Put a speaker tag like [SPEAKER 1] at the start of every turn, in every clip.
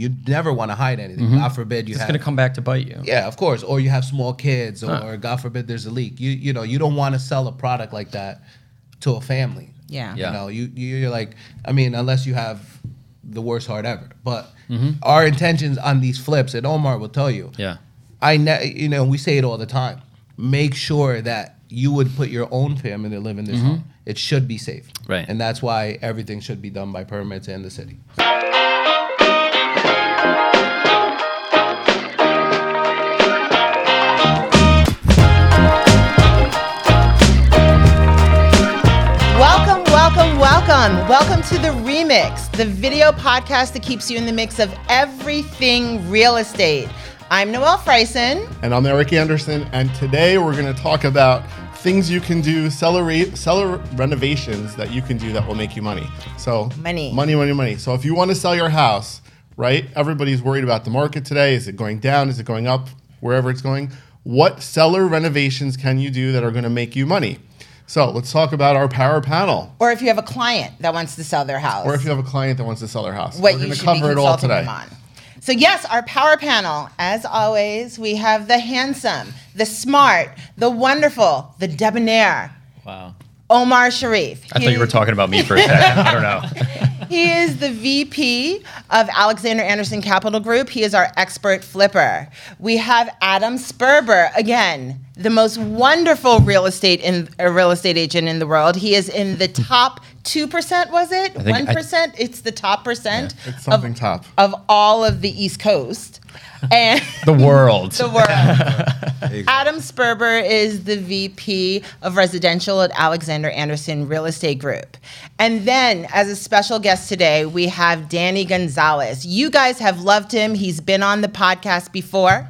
[SPEAKER 1] You never want to hide anything. God forbid you
[SPEAKER 2] Mm-hmm. It's
[SPEAKER 1] have
[SPEAKER 2] going to come back to bite you.
[SPEAKER 1] yeah, of course. Or you have small kids, or, God forbid there's a leak. You you know you don't want to sell a product like that to a family.
[SPEAKER 3] Yeah.
[SPEAKER 2] Yeah.
[SPEAKER 1] You know you you're like I mean unless you have the worst heart ever. But
[SPEAKER 2] Mm-hmm.
[SPEAKER 1] our intentions on these flips, and Omar will tell you.
[SPEAKER 2] Yeah.
[SPEAKER 1] I ne- you know we say it all the time. Make sure that you would put your own family to live in this home. It should be safe.
[SPEAKER 2] Mm-hmm. Right.
[SPEAKER 1] And that's why everything should be done by permits and the city.
[SPEAKER 3] Welcome, welcome, welcome. Welcome to The Remix, the video podcast that keeps you in the mix of everything real estate. I'm Noelle Friesen.
[SPEAKER 4] And I'm Eric Anderson, and today we're going to talk about things you can do, seller, re- seller renovations that you can do that will make you money. So
[SPEAKER 3] Money.
[SPEAKER 4] money, money, money. So if you want to sell your house, right? Everybody's worried about the market today. Is it going down? Is it going up? Wherever it's going, what seller renovations can you do that are going to make you money? So let's talk about our power panel,
[SPEAKER 3] Or if you have a client that wants to sell their house,
[SPEAKER 4] or if you have a client that wants to sell their house.
[SPEAKER 3] what
[SPEAKER 4] we're
[SPEAKER 3] you
[SPEAKER 4] gonna
[SPEAKER 3] should be consulting them on. So yes, our power panel. As always, we have the handsome, the smart, the wonderful, the debonair,
[SPEAKER 2] Wow.
[SPEAKER 3] Omar Sharif.
[SPEAKER 2] I thought you were talking about me for a second. I don't know.
[SPEAKER 3] He is the VP of Alexander Anderson Capital Group. He is our expert flipper. We have Adam Sperber again, the most wonderful real estate in uh, real estate agent in the world. He is in the top two percent. Was it
[SPEAKER 2] think I-
[SPEAKER 3] one percent? It's the top percent
[SPEAKER 4] It's something
[SPEAKER 3] of,
[SPEAKER 4] top.
[SPEAKER 3] of all of the East Coast and
[SPEAKER 2] The world.
[SPEAKER 3] the world. Adam Sperber is the VP of residential at Alexander Anderson Real Estate Group. And then, as a special guest today, we have Danny Gonzalez. You guys have loved him, he's been on the podcast before.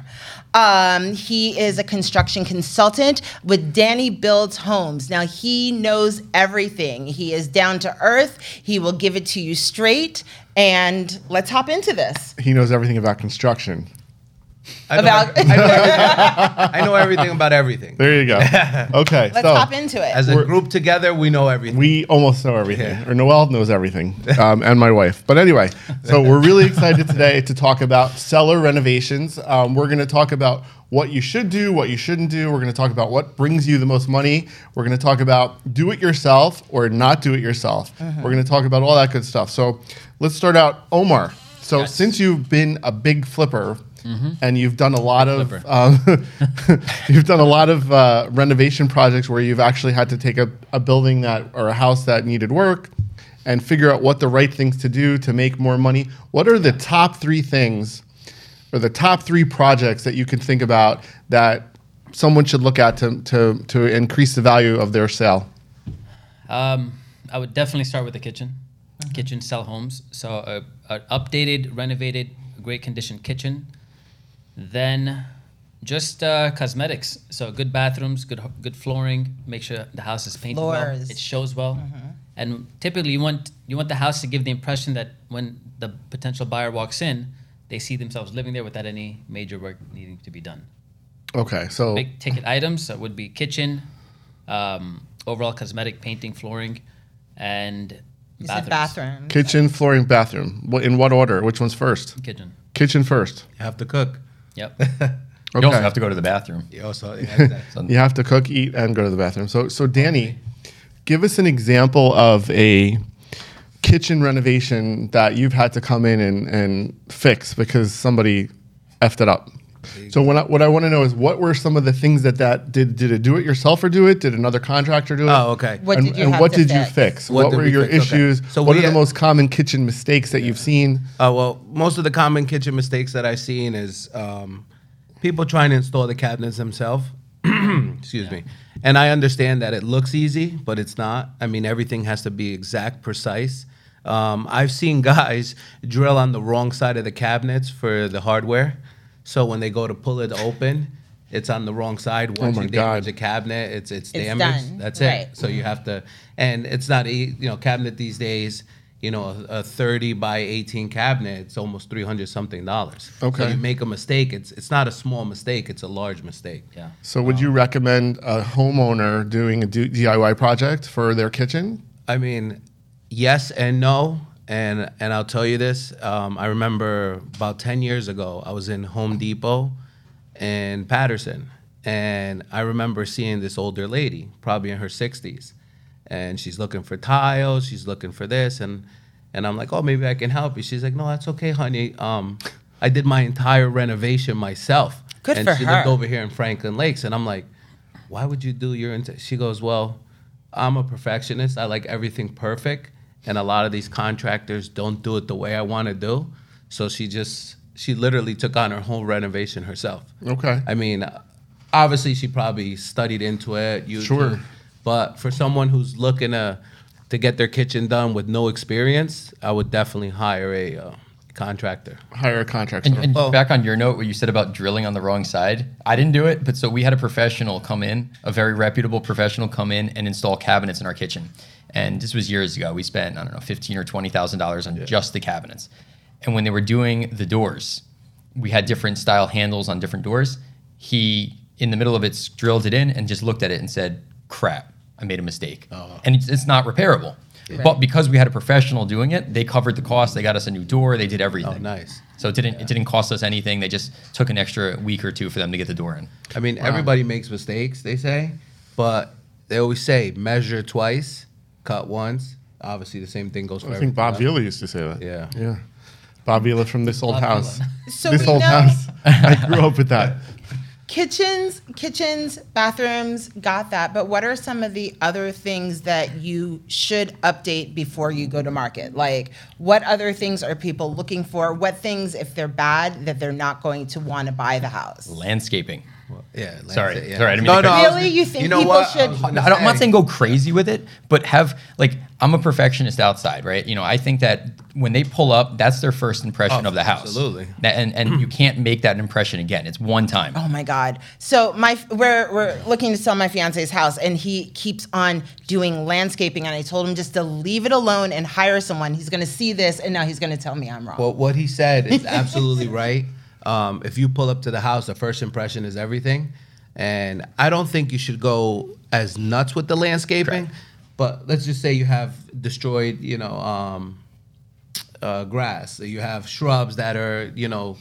[SPEAKER 3] Um, he is a construction consultant with Danny Builds Homes. Now, he knows everything. He is down to earth, he will give it to you straight. And let's hop into this.
[SPEAKER 4] He knows everything about construction.
[SPEAKER 1] I know,
[SPEAKER 3] About-
[SPEAKER 1] I, know everything, I know everything about everything.
[SPEAKER 4] There you go. Okay,
[SPEAKER 3] Let's
[SPEAKER 4] so
[SPEAKER 3] hop into it.
[SPEAKER 1] As a group together, we know everything.
[SPEAKER 4] We almost know everything,
[SPEAKER 1] Yeah.
[SPEAKER 4] or Noelle knows everything, um, and my wife. But anyway, so we're really excited today to talk about cellar renovations. Um, we're going to talk about what you should do, what you shouldn't do. We're going to talk about what brings you the most money. We're going to talk about do it yourself or not do it yourself.
[SPEAKER 1] Uh-huh.
[SPEAKER 4] We're going to talk about all that good stuff. So let's start out, Omar. So since you've been a big flipper. And you've done a lot of um, you've done a lot of uh, renovation projects where you've actually had to take a, a building that or a house that needed work and figure out what the right things to do to make more money. What are the top three things or the top three projects that you can think about that someone should look at to to, to increase the value of their sale?
[SPEAKER 5] Um, I would definitely start with the kitchen. Kitchen sell homes. So a, a updated, renovated, great condition kitchen. Then just uh, cosmetics. So good bathrooms, good ho- good flooring. Make sure the house is painted
[SPEAKER 3] Floors.
[SPEAKER 5] well. It shows well. And typically, you want you want the house to give the impression that when the potential buyer walks in, they see themselves living there without any major work needing to be done
[SPEAKER 4] Okay, so
[SPEAKER 5] big ticket items that would be kitchen, um, overall cosmetic, painting, flooring, and
[SPEAKER 3] You said
[SPEAKER 5] bathrooms.
[SPEAKER 3] bathroom.
[SPEAKER 4] kitchen, flooring, bathroom. What in what order? Which one's first?
[SPEAKER 5] Kitchen.
[SPEAKER 4] Kitchen first.
[SPEAKER 1] You have to cook.
[SPEAKER 5] Yep.
[SPEAKER 4] Okay.
[SPEAKER 2] You also have to go to the bathroom.
[SPEAKER 1] You also, yeah, exactly.
[SPEAKER 4] You have to cook, eat, and go to the bathroom. So, so Danny, give us an example of a kitchen renovation that you've had to come in and, and fix because somebody effed it up. So, when I, what I want to know is what were some of the things that that did? Did it do it yourself or do it? Did another contractor do it?
[SPEAKER 1] Oh, okay.
[SPEAKER 3] What
[SPEAKER 4] and
[SPEAKER 3] did you
[SPEAKER 4] and
[SPEAKER 3] have
[SPEAKER 4] what
[SPEAKER 3] to
[SPEAKER 4] did you
[SPEAKER 3] fix?
[SPEAKER 4] fix?
[SPEAKER 1] What
[SPEAKER 4] What,
[SPEAKER 1] did
[SPEAKER 4] were
[SPEAKER 1] we
[SPEAKER 4] your
[SPEAKER 1] fix? Okay.
[SPEAKER 4] issues?
[SPEAKER 1] So
[SPEAKER 4] what
[SPEAKER 1] we
[SPEAKER 4] are the
[SPEAKER 1] had-
[SPEAKER 4] most common kitchen mistakes that you've seen?
[SPEAKER 1] Uh, well, most of the common kitchen mistakes that I've seen is um, people trying to install the cabinets themselves. Excuse me. And I understand that it looks easy, but it's not. I mean, everything has to be exact, precise. Um, I've seen guys drill on the wrong side of the cabinets for the hardware. So when they go to pull it open, it's on the wrong side. Once
[SPEAKER 4] Oh my
[SPEAKER 1] you damage
[SPEAKER 4] God.
[SPEAKER 1] a cabinet, it's it's,
[SPEAKER 3] It's
[SPEAKER 1] damaged.
[SPEAKER 3] done.
[SPEAKER 1] That's
[SPEAKER 3] Right.
[SPEAKER 1] it. So you have to, and it's not a you know cabinet these days. You know, a, a thirty by eighteen cabinet, it's almost three hundred something dollars. So
[SPEAKER 4] Okay.
[SPEAKER 1] you make a mistake. It's it's not a small mistake. It's a large mistake.
[SPEAKER 5] yeah.
[SPEAKER 4] So, would
[SPEAKER 1] Um,
[SPEAKER 4] you recommend a homeowner doing a do- DIY project for their kitchen?
[SPEAKER 1] I mean, yes and no. and and I'll tell you this. Um, I remember about ten years ago, I was in Home Depot in Patterson, and I remember seeing this older lady, probably in her sixties, and she's looking for tiles, she's looking for this, and and I'm like, oh, maybe I can help you. She's like, no, that's okay, honey. Um, I did my entire renovation myself.
[SPEAKER 3] Good
[SPEAKER 1] and
[SPEAKER 3] for
[SPEAKER 1] she
[SPEAKER 3] her.
[SPEAKER 1] lived over here in Franklin Lakes, and I'm like, why would you do your? Int-? She goes, well, I'm a perfectionist. I like everything perfect, and a lot of these contractors don't do it the way I want to do. So she just, she literally took on her whole renovation herself.
[SPEAKER 4] Okay.
[SPEAKER 1] I mean, obviously she probably studied into it. You
[SPEAKER 4] Sure.
[SPEAKER 1] But for someone who's looking to to get their kitchen done with no experience, I would definitely hire a uh, contractor.
[SPEAKER 4] Hire a contractor.
[SPEAKER 2] And, and
[SPEAKER 1] Well-
[SPEAKER 2] back on your note, what you said about drilling on the wrong side, I didn't do it, but so we had a professional come in, a very reputable professional come in and install cabinets in our kitchen. And this was years ago. We spent I don't know fifteen or twenty thousand dollars on just the cabinets. And when they were doing the doors, we had different style handles on different doors. He in the middle of it s- drilled it in and just looked at it and said, "Crap, I made a mistake," and it's, it's not repairable. But because we had a professional doing it, they covered the cost. They got us a new door. They did everything.
[SPEAKER 1] Oh, nice.
[SPEAKER 2] So it didn't it didn't cost us anything. They just took an extra week or two for them to get the door in.
[SPEAKER 1] I mean, everybody makes mistakes, they say, but they always say measure twice, cut once. Obviously, the same thing goes for
[SPEAKER 4] I think Bob
[SPEAKER 1] everything else.
[SPEAKER 4] Vila used to say that.
[SPEAKER 1] Yeah.
[SPEAKER 4] Yeah. Bob Vila from this old
[SPEAKER 5] Bob Vila.
[SPEAKER 4] house.
[SPEAKER 3] So
[SPEAKER 4] this
[SPEAKER 3] we
[SPEAKER 4] old
[SPEAKER 3] know-
[SPEAKER 4] house. I grew up with that.
[SPEAKER 3] kitchens kitchens bathrooms got that but what are some of the other things that you should update before you go to market like what other things are people looking for what things if they're bad that they're not going to want to buy the house
[SPEAKER 2] Landscaping.
[SPEAKER 1] Yeah. Lance,
[SPEAKER 2] Sorry.
[SPEAKER 1] yeah.
[SPEAKER 2] Sorry, I didn't mean
[SPEAKER 1] No, no.
[SPEAKER 2] to cut
[SPEAKER 1] I was-
[SPEAKER 3] Really? You think
[SPEAKER 1] know
[SPEAKER 3] people
[SPEAKER 1] what? I
[SPEAKER 3] should-
[SPEAKER 1] was gonna
[SPEAKER 2] I don't, I'm not
[SPEAKER 1] say-
[SPEAKER 2] saying go crazy with it, but have like I'm a perfectionist outside, right? You know, I think that when they pull up, that's their first impression
[SPEAKER 1] Oh,
[SPEAKER 2] of the house.
[SPEAKER 1] absolutely.
[SPEAKER 2] That- and and you can't make that impression again. It's one time.
[SPEAKER 3] Oh my God! So my we're we're looking to sell my fiance's house, and he keeps on doing landscaping. And I told him just to leave it alone and hire someone. He's going to see this, and now he's going to tell me I'm wrong.
[SPEAKER 1] Well, what he said is absolutely right. Um, if you pull up to the house, the first impression is everything. And I don't think you should go as nuts with the landscaping. But let's just say you have destroyed, you know, um, uh, grass. You have shrubs that are, you know,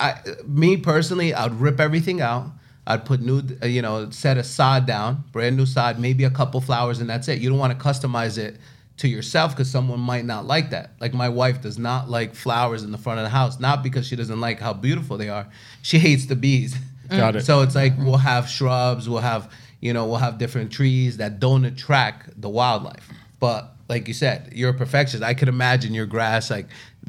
[SPEAKER 1] I, me personally, I'd rip everything out. I'd put new, uh, you know, set a sod down, brand new sod, maybe a couple flowers, and that's it. You don't want to customize it to yourself because someone might not like that. Like my wife does not like flowers in the front of the house, not because she doesn't like how beautiful they are. She hates the bees.
[SPEAKER 4] Got it.
[SPEAKER 1] So it's like we'll have shrubs, we'll have, you know, we'll have different trees that don't attract the wildlife. But like you said, you're a perfectionist. I could imagine your grass like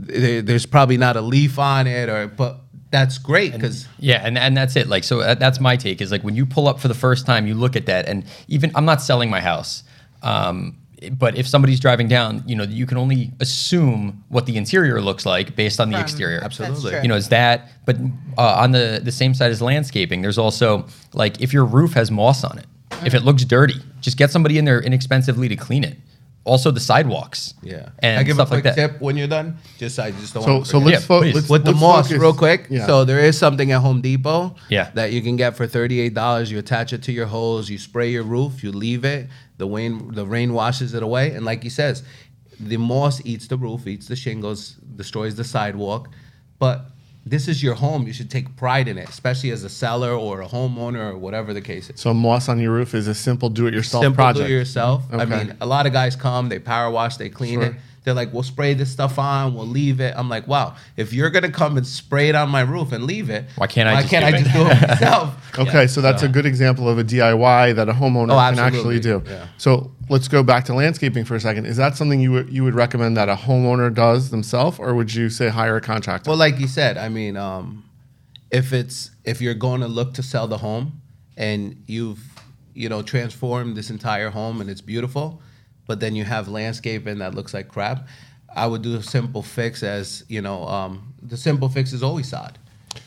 [SPEAKER 1] th- there's probably not a leaf on it, or but that's great because
[SPEAKER 2] Yeah, and, and that's it. Like, so that- that's my take is like when you pull up for the first time, you look at that, and even I'm not selling my house. Um, but if somebody's driving down, you know, you can only assume what the interior looks like based on the exterior.
[SPEAKER 1] absolutely.
[SPEAKER 3] true.
[SPEAKER 2] You know, it's that. But uh, on the, the same side as landscaping, there's also like if your roof has moss on it, if it looks dirty, just get somebody in there inexpensively to clean it. Also, the sidewalks.
[SPEAKER 1] yeah.
[SPEAKER 2] And
[SPEAKER 1] I give
[SPEAKER 2] stuff
[SPEAKER 1] a quick
[SPEAKER 2] like that.
[SPEAKER 1] tip when you're done. Just I just don't.
[SPEAKER 4] So
[SPEAKER 1] wanna
[SPEAKER 4] so
[SPEAKER 1] forget.
[SPEAKER 4] let's,
[SPEAKER 2] Yeah,
[SPEAKER 4] fo-
[SPEAKER 2] please.
[SPEAKER 4] let's
[SPEAKER 1] with the
[SPEAKER 4] let's
[SPEAKER 1] moss
[SPEAKER 4] focus-
[SPEAKER 1] real quick.
[SPEAKER 4] Yeah.
[SPEAKER 1] So there is something at Home Depot
[SPEAKER 2] Yeah.
[SPEAKER 1] that you can get for thirty-eight dollars. You attach it to your hose, you spray your roof, you leave it. The rain the rain washes it away, and like he says, the moss eats the roof, eats the shingles, destroys the sidewalk. But this is your home. You should take pride in it, especially as a seller or a homeowner or whatever the case is.
[SPEAKER 4] so moss on your roof is a simple do-it-yourself
[SPEAKER 1] Simple
[SPEAKER 4] project.
[SPEAKER 1] do yourself. I
[SPEAKER 4] Okay.
[SPEAKER 1] mean, a lot of guys come, they power wash, they clean it.
[SPEAKER 4] Sure.
[SPEAKER 1] They're like, we'll spray this stuff on, we'll leave it. I'm like, wow, if you're gonna come and spray it on my roof and leave it,
[SPEAKER 2] Why can't I
[SPEAKER 1] Why
[SPEAKER 2] just
[SPEAKER 1] can't
[SPEAKER 2] do
[SPEAKER 1] I
[SPEAKER 2] it?"
[SPEAKER 1] just do it myself?
[SPEAKER 4] Okay, so that's a good example of a DIY that a homeowner
[SPEAKER 1] Oh,
[SPEAKER 4] can actually
[SPEAKER 1] absolutely,
[SPEAKER 4] do.
[SPEAKER 1] yeah.
[SPEAKER 4] So let's go back to landscaping for a second. Is that something you would you would recommend that a homeowner does themselves, or would you say hire a contractor?
[SPEAKER 1] Well, like you said, I mean, um, if it's if you're going to look to sell the home and you've you know transformed this entire home and it's beautiful, but then you have landscaping that looks like crap, I would do a simple fix as you know um, the simple fix is always sod.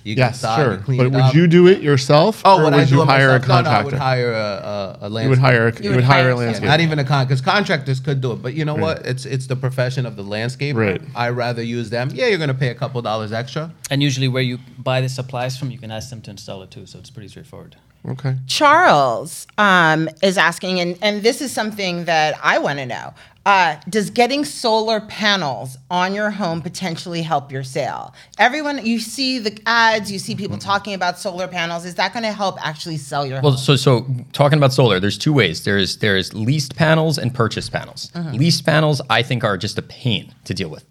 [SPEAKER 1] You can
[SPEAKER 4] yes,
[SPEAKER 1] sod, you
[SPEAKER 4] sure.
[SPEAKER 1] clean
[SPEAKER 4] But
[SPEAKER 1] it
[SPEAKER 4] would
[SPEAKER 1] up.
[SPEAKER 4] you do it yourself,
[SPEAKER 1] Oh,
[SPEAKER 4] or
[SPEAKER 1] would
[SPEAKER 4] would
[SPEAKER 1] I do
[SPEAKER 4] you
[SPEAKER 1] it
[SPEAKER 4] hire a
[SPEAKER 1] myself? No, no, I would
[SPEAKER 4] contractor?
[SPEAKER 1] hire a, a, a landscaper.
[SPEAKER 4] You would hire a, you would hire a landscaper.
[SPEAKER 1] Not even a con, because contractors could do it. But you know what? It's it's the profession of the landscaper.
[SPEAKER 4] Right.
[SPEAKER 1] I rather use them. Yeah, you're gonna pay a couple dollars extra.
[SPEAKER 5] And usually, where you buy the supplies from, you can ask them to install it too. So it's pretty straightforward.
[SPEAKER 4] Okay.
[SPEAKER 3] Charles um, is asking, and, and this is something that I want to know. Uh, does getting solar panels on your home potentially help your sale? Everyone, you see the ads, you see people
[SPEAKER 4] Mm-hmm.
[SPEAKER 3] talking about solar panels. Is that going to help actually sell your
[SPEAKER 2] Well,
[SPEAKER 3] home?
[SPEAKER 2] so so talking about solar, there's two ways. There's there's leased panels and purchased panels.
[SPEAKER 4] Uh-huh.
[SPEAKER 2] Leased panels, I think, are just a pain to deal with.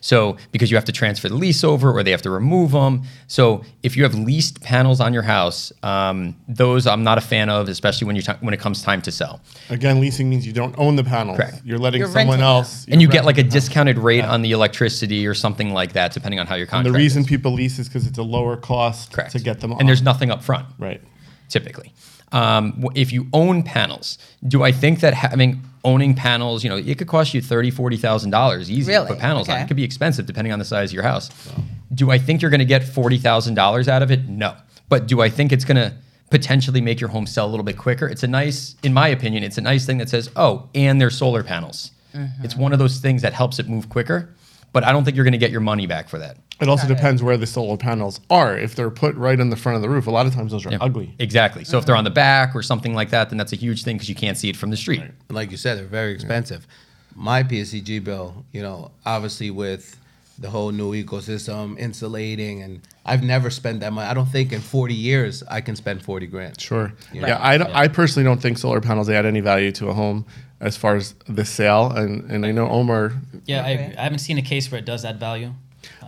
[SPEAKER 2] So because you have to transfer the lease over, or they have to remove them. So if you have leased panels on your house, um, those I'm not a fan of, especially when you are when it comes time to sell.
[SPEAKER 4] Again, leasing means you don't own the panels.
[SPEAKER 2] Correct.
[SPEAKER 4] You're letting
[SPEAKER 3] You're
[SPEAKER 4] someone
[SPEAKER 3] renting
[SPEAKER 4] else.
[SPEAKER 2] and you get like a discounted rate on the electricity or something like that, depending on how your
[SPEAKER 4] the
[SPEAKER 2] contract.
[SPEAKER 4] reason
[SPEAKER 2] is.
[SPEAKER 4] people lease is because it's a lower cost
[SPEAKER 2] correct
[SPEAKER 4] to get them on.
[SPEAKER 2] and there's nothing up front.
[SPEAKER 4] right.
[SPEAKER 2] typically. Um, w- if you own panels, do I think that having owning panels, you know, it could cost you thirty, forty thousand dollars easy
[SPEAKER 3] Really?
[SPEAKER 2] to put panels on.
[SPEAKER 3] Okay.
[SPEAKER 2] It could be expensive depending on the size of your house. Do I think you're going to get forty thousand dollars out of it? No, but do I think it's going to potentially make your home sell a little bit quicker? It's a nice, in my opinion, it's a nice thing that says, oh, and there's solar panels.
[SPEAKER 3] Mm-hmm.
[SPEAKER 2] It's one of those things that helps it move quicker, but I don't think you're going to get your money back for that.
[SPEAKER 4] It also depends where the solar panels are. If they're put right on the front of the roof, a lot of times those are ugly.
[SPEAKER 2] Exactly.
[SPEAKER 3] Mm-hmm.
[SPEAKER 2] So if they're on the back or something like that, then that's a huge thing because you can't see it from the street.
[SPEAKER 1] like you said, they're very expensive. My PSCG bill, you know, obviously with the whole new ecosystem, insulating, and I've never spent that much. I don't think in 40 years I can spend 40 grand.
[SPEAKER 4] Sure. Yeah, I, don't- I personally don't think solar panels add any value to a home as far as the sale. And and I know Omar,
[SPEAKER 5] Yeah, I, agree. I haven't seen a case where it does add value.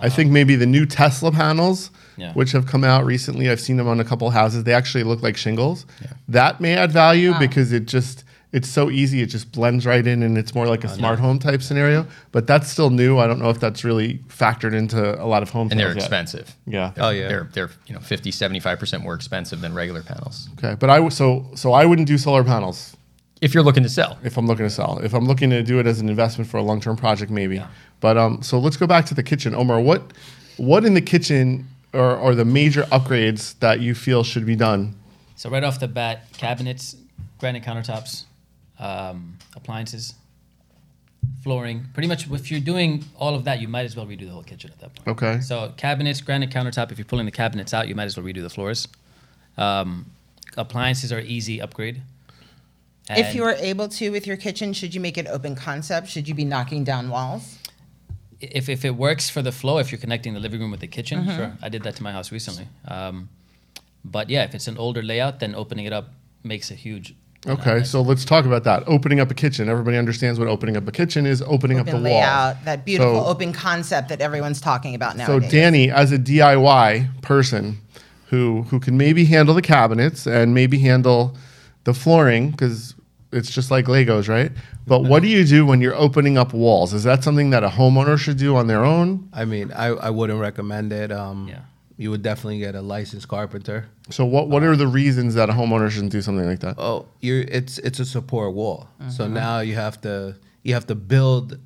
[SPEAKER 4] I think maybe the new Tesla panels,
[SPEAKER 5] Yeah.
[SPEAKER 4] which have come out recently, I've seen them on a couple houses. They actually look like shingles. That may add value because it just it's so easy. It just blends right in, and it's more like a smart home type scenario. But that's still new. I don't know if that's really factored into a lot of homes.
[SPEAKER 2] and they're expensive.
[SPEAKER 4] Yeah.
[SPEAKER 1] Oh yeah.
[SPEAKER 2] They're they're you know 50 75% more expensive than regular panels.
[SPEAKER 4] Okay. But I w- so so I wouldn't do solar panels.
[SPEAKER 2] If you're looking to sell.
[SPEAKER 4] if I'm looking to sell. If I'm looking to do it as an investment for a long term project, maybe. But um, so let's go back to the kitchen, Omar. What what in the kitchen are, are the major upgrades that you feel should be done?
[SPEAKER 5] So right off the bat, cabinets, granite countertops, um, appliances, flooring. Pretty much, if you're doing all of that, you might as well redo the whole kitchen at that point.
[SPEAKER 4] Okay.
[SPEAKER 5] So cabinets, granite countertop. If you're pulling the cabinets out, you might as well redo the floors. Um, appliances are easy upgrade.
[SPEAKER 3] If
[SPEAKER 5] And
[SPEAKER 3] you are able to with your kitchen, should you make it open concept? Should you be knocking down walls?
[SPEAKER 5] if, if it works for the flow, if you're connecting the living room with the kitchen, sure. I did that to my house recently. Um, but yeah, if it's an older layout, then opening it up makes a huge.
[SPEAKER 4] Okay. So let's talk about that. Opening up a kitchen. Everybody understands what opening up a kitchen is. Opening up
[SPEAKER 3] Open
[SPEAKER 4] the
[SPEAKER 3] layout,
[SPEAKER 4] wall.
[SPEAKER 3] that beautiful
[SPEAKER 4] So-
[SPEAKER 3] open concept that everyone's talking about
[SPEAKER 4] So
[SPEAKER 3] nowadays.
[SPEAKER 4] Danny, as a DIY person who who can maybe handle the cabinets and maybe handle the flooring because it's just like Legos, right? But what do you do when you're opening up walls? Is that something that a homeowner should do on their own?
[SPEAKER 1] I mean, I, I wouldn't recommend it. Um,
[SPEAKER 5] Yeah.
[SPEAKER 1] You would definitely get a licensed carpenter.
[SPEAKER 4] So what what are the reasons that a homeowner shouldn't do something like that?
[SPEAKER 1] Oh, you're it's it's a support wall. So now you have to you have to build.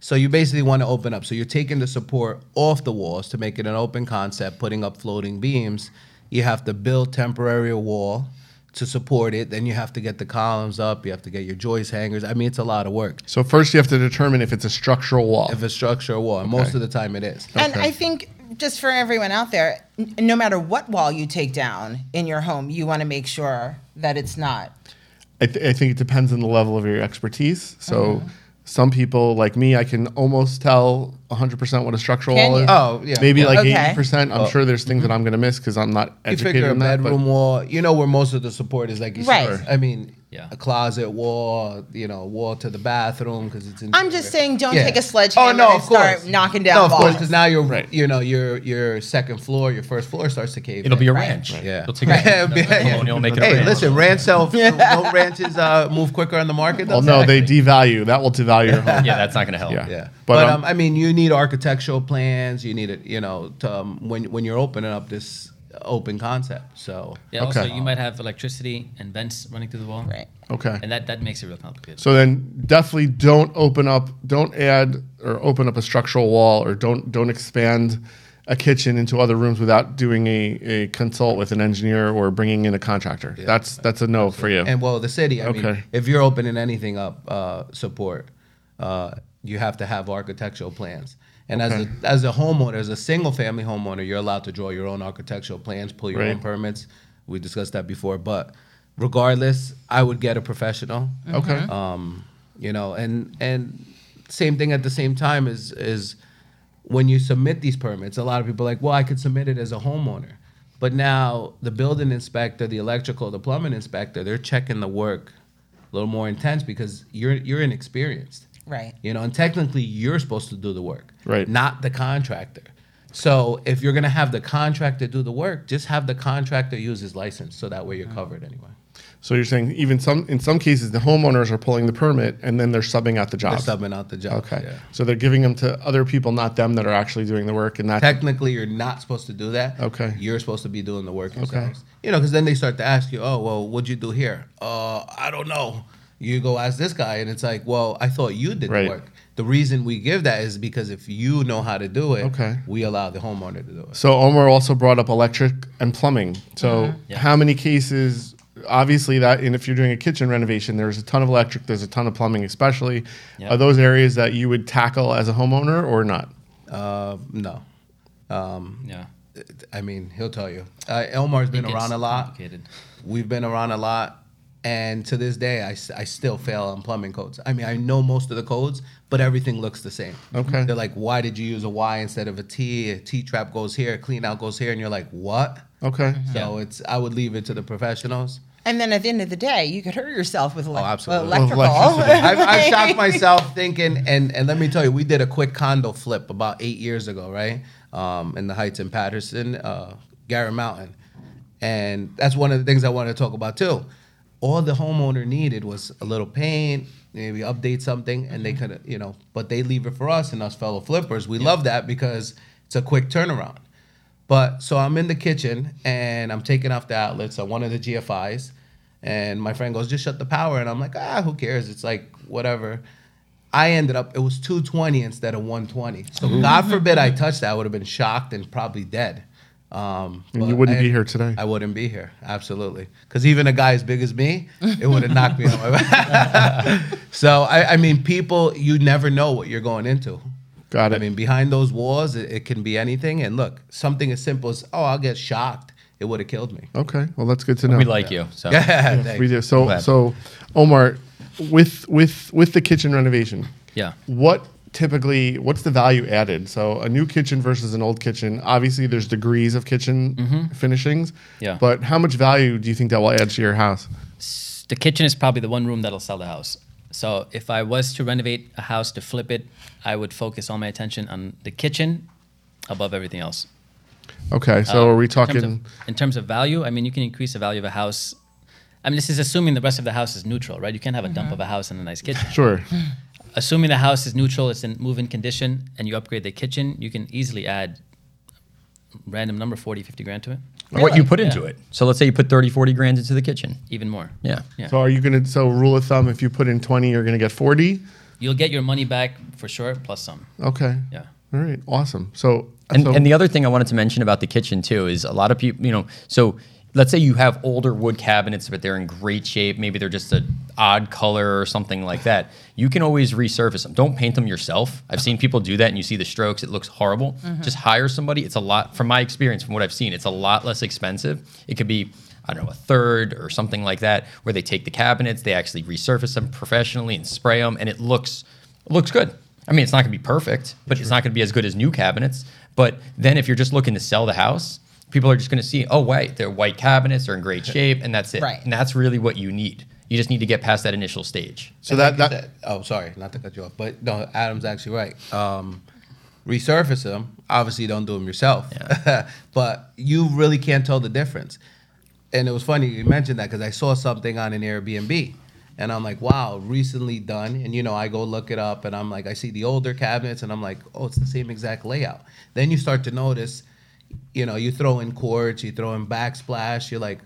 [SPEAKER 1] So you basically want to open up. So you're taking the support off the walls to make it an open concept, putting up floating beams. You have to build temporary a wall to support it. Then you have to get the columns up. You have to get your joist hangers. I mean, it's a lot of work.
[SPEAKER 4] So first you have to determine if it's a structural wall.
[SPEAKER 1] If it's structure wall, and most of the time it is.
[SPEAKER 3] And I think just for everyone out there, n- no matter what wall you take down in your home, you want to make sure that it's not.
[SPEAKER 4] I, th- I think it depends on the level of your expertise. So
[SPEAKER 3] Mm-hmm.
[SPEAKER 4] some people like me, I can almost tell 100% what a structural
[SPEAKER 3] Can
[SPEAKER 4] wall
[SPEAKER 3] you?
[SPEAKER 4] is.
[SPEAKER 1] Oh, yeah.
[SPEAKER 4] Maybe
[SPEAKER 1] Yeah.
[SPEAKER 4] like
[SPEAKER 3] Okay.
[SPEAKER 4] 80%. I'm sure there's things that I'm going to miss because I'm not
[SPEAKER 1] you
[SPEAKER 4] educated
[SPEAKER 1] figure a
[SPEAKER 4] on that. but-
[SPEAKER 1] bedroom wall, you know where most of the support is, like you
[SPEAKER 3] Right.
[SPEAKER 1] said. I mean,
[SPEAKER 5] Yeah.
[SPEAKER 1] a closet wall, you know, wall to the bathroom because it's. In
[SPEAKER 3] I'm just saying, don't
[SPEAKER 1] Yeah.
[SPEAKER 3] take a sledgehammer and start knocking down
[SPEAKER 1] No, of course,
[SPEAKER 3] walls.
[SPEAKER 1] because now you're
[SPEAKER 4] Right.
[SPEAKER 1] you know your your second floor, your first floor starts to cave.
[SPEAKER 2] It'll
[SPEAKER 1] in.
[SPEAKER 2] be a
[SPEAKER 3] Right.
[SPEAKER 2] ranch.
[SPEAKER 1] Yeah.
[SPEAKER 2] You'll take
[SPEAKER 1] Right.
[SPEAKER 2] a ranch.
[SPEAKER 1] Yeah, yeah.
[SPEAKER 2] Colonial, make it a
[SPEAKER 1] Hey,
[SPEAKER 2] ranch.
[SPEAKER 1] listen, ranch sell don't ranches uh, move quicker on the market.
[SPEAKER 4] well,
[SPEAKER 1] though?
[SPEAKER 4] Oh, no, they devalue. That will devalue your home.
[SPEAKER 2] Yeah, that's not going to help.
[SPEAKER 4] Yeah.
[SPEAKER 1] Yeah,
[SPEAKER 4] But,
[SPEAKER 1] but,
[SPEAKER 4] um,
[SPEAKER 1] um, I mean, you need architectural plans. You need it, you know, to, um, when when you're opening up this open concept. So
[SPEAKER 5] Yeah. Also,
[SPEAKER 4] Okay.
[SPEAKER 5] you might have electricity and vents running through the wall.
[SPEAKER 3] Right.
[SPEAKER 4] Okay.
[SPEAKER 5] And that, that makes it real complicated.
[SPEAKER 4] So then definitely don't open up, don't add or open up a structural wall or don't don't expand a kitchen into other rooms without doing a, a consult with an engineer or bringing in a contractor. that's that's a no for you.
[SPEAKER 1] and well, the city. I
[SPEAKER 4] Okay.
[SPEAKER 1] mean, if you're opening anything up, uh, support, uh, you have to have architectural plans. And
[SPEAKER 4] Okay.
[SPEAKER 1] as a, as a homeowner, as a single family homeowner, you're allowed to draw your own architectural plans, pull your own
[SPEAKER 4] Right.
[SPEAKER 1] permits. We
[SPEAKER 4] Mm-hmm.
[SPEAKER 1] discussed that before, but regardless, I would get a professional.
[SPEAKER 4] okay.
[SPEAKER 1] Um, you know and and same thing at the same time is is when you submit these permits a lot of people are like well i could submit it as a homeowner but now the building inspector the electrical the plumbing inspector they're checking the work a little more intense because you're you're inexperienced
[SPEAKER 3] Right.
[SPEAKER 1] you know and technically you're supposed to do the work
[SPEAKER 4] Right.
[SPEAKER 1] not the contractor so if you're going to have the contractor do the work just have the contractor use his license so that way
[SPEAKER 4] Mm-hmm.
[SPEAKER 1] you're covered anyway
[SPEAKER 4] So you're saying even some in some cases the homeowners are pulling the permit and then they're subbing out the
[SPEAKER 1] they're
[SPEAKER 4] jobs.
[SPEAKER 1] subbing out the job
[SPEAKER 4] Okay. So they're giving them to other people, not them that are actually doing the work, and that
[SPEAKER 1] technically you're not supposed to do that.
[SPEAKER 4] Okay.
[SPEAKER 1] You're supposed to be doing the work yourselves. You know, because then they start to ask you, oh, well, what'd you do here? Uh, I don't know. You go ask this guy, and it's like, well, I thought you did
[SPEAKER 4] Right.
[SPEAKER 1] the work. The reason we give that is because if you know how to do it,
[SPEAKER 4] Okay.
[SPEAKER 1] we allow the homeowner to do it.
[SPEAKER 4] So Omar also brought up electric and plumbing. So
[SPEAKER 5] Yeah.
[SPEAKER 4] how many cases? Obviously, that and if you're doing a kitchen renovation, there's a ton of electric, there's a ton of plumbing, especially.
[SPEAKER 5] Yeah.
[SPEAKER 4] Are those areas that you would tackle as a homeowner or not?
[SPEAKER 1] Uh, no.
[SPEAKER 5] Yeah.
[SPEAKER 1] I mean, he'll tell you. Uh, Elmar's been
[SPEAKER 5] It gets
[SPEAKER 1] around a lot.
[SPEAKER 5] complicated.
[SPEAKER 1] We've been around a lot. And to this day, I, s- I still fail on plumbing codes. I mean, I know most of the codes, but everything looks the same.
[SPEAKER 4] Okay.
[SPEAKER 1] They're like, why did you use a Y instead of a T? A T trap goes here, clean out goes here. And you're like, what?
[SPEAKER 4] Okay.
[SPEAKER 5] Mm-hmm.
[SPEAKER 1] So it's, I would leave it to the professionals.
[SPEAKER 3] And then at the end of the day, you could hurt yourself with elec-
[SPEAKER 1] Oh, absolutely.
[SPEAKER 3] electrical.
[SPEAKER 4] Electricity.
[SPEAKER 1] I've, I've shocked myself thinking, and and let me tell you, we did a quick condo flip about eight years ago, right? Um, in the Heights in Patterson, uh, Garrett Mountain, and that's one of the things I wanted to talk about too. All the homeowner needed was a little paint, maybe update something, and they could, you know, but they leave it for us and us fellow flippers. We love that because it's a quick turnaround. But so I'm in the kitchen and I'm taking off the outlets on one of the GFIs. And my friend goes, just shut the power. And I'm like, ah, who cares? It's like, whatever. I ended up, it was 220 instead of 120. So God forbid I touched that, I would have been shocked and probably dead. Um,
[SPEAKER 4] And
[SPEAKER 1] but
[SPEAKER 4] you wouldn't
[SPEAKER 1] I-
[SPEAKER 4] be here today.
[SPEAKER 1] I wouldn't be here, absolutely. Because even a guy as big as me, it would have knocked me on my back. so, I, I mean, people, you never know what you're going into.
[SPEAKER 4] Got it.
[SPEAKER 1] I mean, behind those walls, it, it can be anything. And look, something as simple as, oh, I'll get shocked. It would have killed me.
[SPEAKER 4] okay. Well, that's good to know.
[SPEAKER 2] We like you. So
[SPEAKER 1] Yeah,
[SPEAKER 4] We do. So
[SPEAKER 2] Glad.
[SPEAKER 4] so, Omar, with with with the kitchen renovation.
[SPEAKER 5] Yeah.
[SPEAKER 4] What typically what's the value added? So a new kitchen versus an old kitchen. Obviously, there's degrees of kitchen finishings.
[SPEAKER 5] Mm-hmm. Yeah.
[SPEAKER 4] But how much value do you think that will add to your house?
[SPEAKER 5] S- The kitchen is probably the one room that'll sell the house. So if I was to renovate a house to flip it, I would focus all my attention on the kitchen above everything else.
[SPEAKER 4] Okay. So are we
[SPEAKER 5] In terms,
[SPEAKER 4] talking?
[SPEAKER 5] of, in terms of value, I mean, you can increase the value of a house. I mean, this is assuming the rest of the house is neutral, right? You can't have a dump of a house and a nice kitchen.
[SPEAKER 4] Sure.
[SPEAKER 5] assuming the house is neutral, it's in move-in condition, and you upgrade the kitchen, you can easily add random number 40, 50 grand to it,
[SPEAKER 2] what you put into it. So let's say you put 30, 40 grand into the kitchen.
[SPEAKER 5] even more.
[SPEAKER 2] Yeah.
[SPEAKER 5] Yeah.
[SPEAKER 4] So are you gonna? So rule of thumb: if you put in twenty, you're gonna get forty.
[SPEAKER 5] You'll get your money back for sure, plus some.
[SPEAKER 4] Okay.
[SPEAKER 5] Yeah.
[SPEAKER 4] All right. Awesome. So
[SPEAKER 2] And,
[SPEAKER 4] so-
[SPEAKER 2] and the other thing I wanted to mention about the kitchen too is a lot of people, you know, so let's say you have older wood cabinets, but they're in great shape. Maybe they're just an odd color or something like that. You can always resurface them. Don't paint them yourself. I've seen people do that and you see the strokes. It looks horrible. Just hire somebody. It's a lot, from my experience, from what I've seen, it's a lot less expensive. It could be, I don't know, a third or something like that, where they take the cabinets, they actually resurface them professionally and spray them, and it looks it looks good. I mean, it's not going to be perfect, but it's not going to be as good as new cabinets. But then if you're just looking to sell the house, people are just going to see, oh, wait, they're white cabinets, they're in great shape, and that's it.
[SPEAKER 3] Right.
[SPEAKER 2] And that's really what you need. You just need to get past that initial stage.
[SPEAKER 4] so that that.
[SPEAKER 1] oh, sorry, not to cut you off. But no, Adam's actually right. Um, resurface them. Obviously, don't do them yourself. but you really can't tell the difference. And it was funny you mentioned that because I saw something on an Airbnb. And I'm like, wow, recently done. And you know, I go look it up and I'm like, I see the older cabinets and I'm like, oh, it's the same exact layout. Then you start to notice, you know, you throw in quartz, you throw in backsplash, you're like,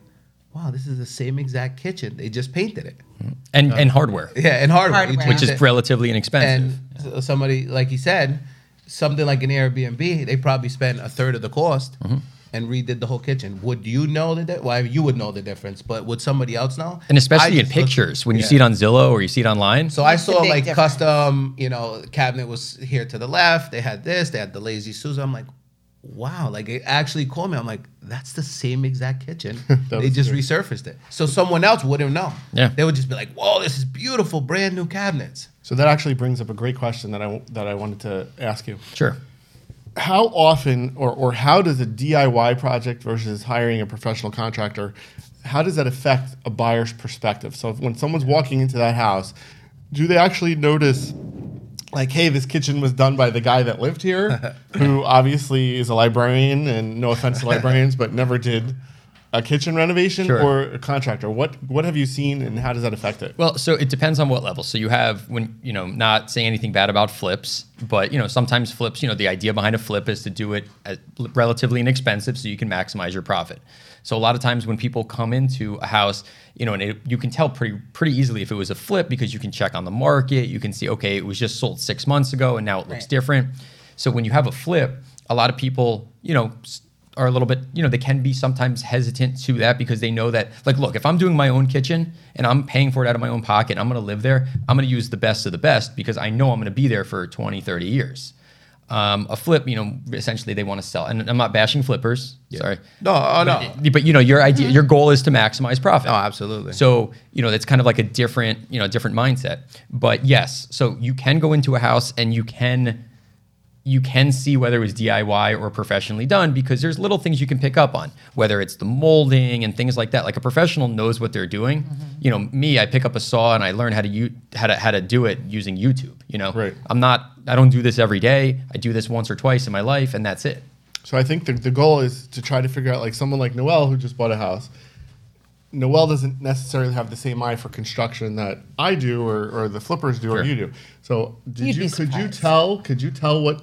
[SPEAKER 1] wow, this is the same exact kitchen. They just painted it.
[SPEAKER 2] And and hardware,
[SPEAKER 1] Yeah, and hardware,
[SPEAKER 3] Hardware.
[SPEAKER 1] You
[SPEAKER 2] which
[SPEAKER 1] just-
[SPEAKER 2] is relatively inexpensive.
[SPEAKER 1] and so somebody like he said, something like an Airbnb, they probably spent a third of the cost
[SPEAKER 2] Mm-hmm.
[SPEAKER 1] and redid the whole kitchen. Would you know the di- well? You would know the difference, but would somebody else know?
[SPEAKER 2] and especially
[SPEAKER 1] I
[SPEAKER 2] in
[SPEAKER 1] just looked-
[SPEAKER 2] pictures, when you
[SPEAKER 1] Yeah.
[SPEAKER 2] see it on Zillow or you see it online.
[SPEAKER 1] So I
[SPEAKER 3] That's the
[SPEAKER 1] saw
[SPEAKER 3] big
[SPEAKER 1] like
[SPEAKER 3] difference.
[SPEAKER 1] custom, you know, cabinet was here to the left. They had this. They had the lazy Susan. I'm like, wow. Like it actually called me. I'm like, that's the same exact kitchen.
[SPEAKER 4] That
[SPEAKER 1] they
[SPEAKER 4] was
[SPEAKER 1] just
[SPEAKER 4] true.
[SPEAKER 1] resurfaced it. So someone else wouldn't know.
[SPEAKER 2] Yeah.
[SPEAKER 1] They would just be like, whoa, this is beautiful, brand new cabinets.
[SPEAKER 4] So that actually brings up a great question that I that I wanted to ask you.
[SPEAKER 2] Sure.
[SPEAKER 4] How often, or or how does a DIY project versus hiring a professional contractor, how does that affect a buyer's perspective? So if- when someone's walking into that house, do they actually notice? Like, hey, this kitchen was done by the guy that lived here, who obviously is a librarian, and no offense to librarians, but never did a kitchen renovation
[SPEAKER 2] Sure.
[SPEAKER 4] or a contractor. What what have you seen, and how does that affect it?
[SPEAKER 2] Well, so it depends on what level. So you have when you know, not saying anything bad about flips, but you know, sometimes flips. You know, the idea behind a flip is to do it at relatively inexpensive, so you can maximize your profit. So a lot of times when people come into a house, you know, and it, you can tell pretty pretty easily if it was a flip because you can check on the market. You can see, okay, it was just sold six months ago, and now it looks
[SPEAKER 3] Right.
[SPEAKER 2] different. So when you have a flip, a lot of people, you know. s- Are a little bit, you know, they can be sometimes hesitant to that because they know that, like, look, if I'm doing my own kitchen and I'm paying for it out of my own pocket, and I'm going to live there, I'm going to use the best of the best because I know I'm going to be there for 20, 30 years. Um, a flip, you know, essentially they want to sell. And I'm not bashing flippers, sorry.
[SPEAKER 1] No, oh, no.
[SPEAKER 2] But, but, you know, your idea, your goal is to maximize profit.
[SPEAKER 1] No, absolutely.
[SPEAKER 2] So, you know, that's kind of like a different, you know, different mindset. But yes, so you can go into a house and you can you can see whether it was DIY or professionally done because there's little things you can pick up on, whether it's the molding and things like that. Like a professional knows what they're doing.
[SPEAKER 3] Mm-hmm.
[SPEAKER 2] You know, me, I pick up a saw and I learn how to u- how to how to do it using YouTube, you know.
[SPEAKER 4] Right.
[SPEAKER 2] I'm not I don't do this every day. I do this once or twice in my life and that's it.
[SPEAKER 4] So I think the, the goal is to try to figure out like someone like Noel who just bought a house. Noel doesn't necessarily have the same eye for construction that I do or, or the flippers do or
[SPEAKER 2] Sure.
[SPEAKER 4] you do. So did
[SPEAKER 3] You'd
[SPEAKER 4] you
[SPEAKER 3] be
[SPEAKER 4] could you
[SPEAKER 3] surprised.
[SPEAKER 4] tell could you tell what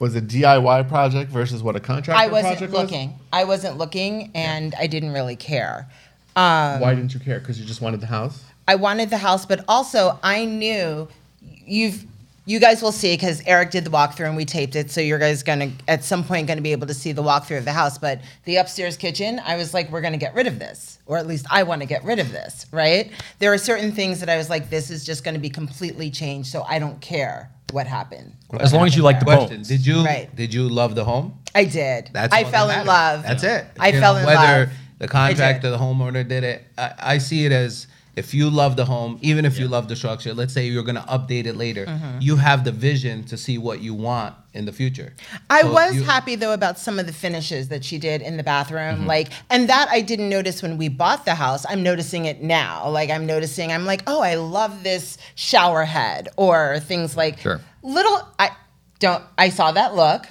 [SPEAKER 4] was a DIY project versus what a contractor
[SPEAKER 3] I wasn't
[SPEAKER 4] project
[SPEAKER 3] looking. I wasn't looking, and I didn't really care.
[SPEAKER 4] was? Why didn't you care? Because you just wanted the house?
[SPEAKER 3] I wanted the house, but also I knew you've you guys will see because Eric did the walkthrough and we taped it, so you guys gonna at some point gonna be able to see the walkthrough of the house. But the upstairs kitchen, I was like, we're gonna get rid of this, or at least I want to get rid of this, right? There are certain things that I was like, this is just gonna be completely changed, so I don't care what happened.
[SPEAKER 2] As long as you like the
[SPEAKER 1] Question:
[SPEAKER 2] bones.
[SPEAKER 1] Did you
[SPEAKER 3] Right.
[SPEAKER 1] did you love the home?
[SPEAKER 3] I did.
[SPEAKER 1] That's
[SPEAKER 3] I
[SPEAKER 1] all
[SPEAKER 3] fell
[SPEAKER 1] that
[SPEAKER 3] in
[SPEAKER 1] matters.
[SPEAKER 3] love.
[SPEAKER 1] That's it.
[SPEAKER 3] I
[SPEAKER 1] You
[SPEAKER 3] fell
[SPEAKER 1] know,
[SPEAKER 3] in
[SPEAKER 1] whether
[SPEAKER 3] love.
[SPEAKER 1] the
[SPEAKER 3] I
[SPEAKER 1] contractor,
[SPEAKER 3] did.
[SPEAKER 1] the homeowner did it, I, I see it as if you love the home, even if you love the structure, let's say you're going to update it later,
[SPEAKER 3] Mm-hmm.
[SPEAKER 1] you have the vision to see what you want in the future.
[SPEAKER 3] I
[SPEAKER 1] So
[SPEAKER 3] was
[SPEAKER 1] you-
[SPEAKER 3] happy though about some of the finishes that she did in the bathroom,
[SPEAKER 2] Mm-hmm.
[SPEAKER 3] like, and that I didn't notice when we bought the house. I'm noticing it now. Like, I'm noticing, I'm like, oh, I love this shower head or things like
[SPEAKER 2] Sure.
[SPEAKER 3] little. I don't. I saw that look.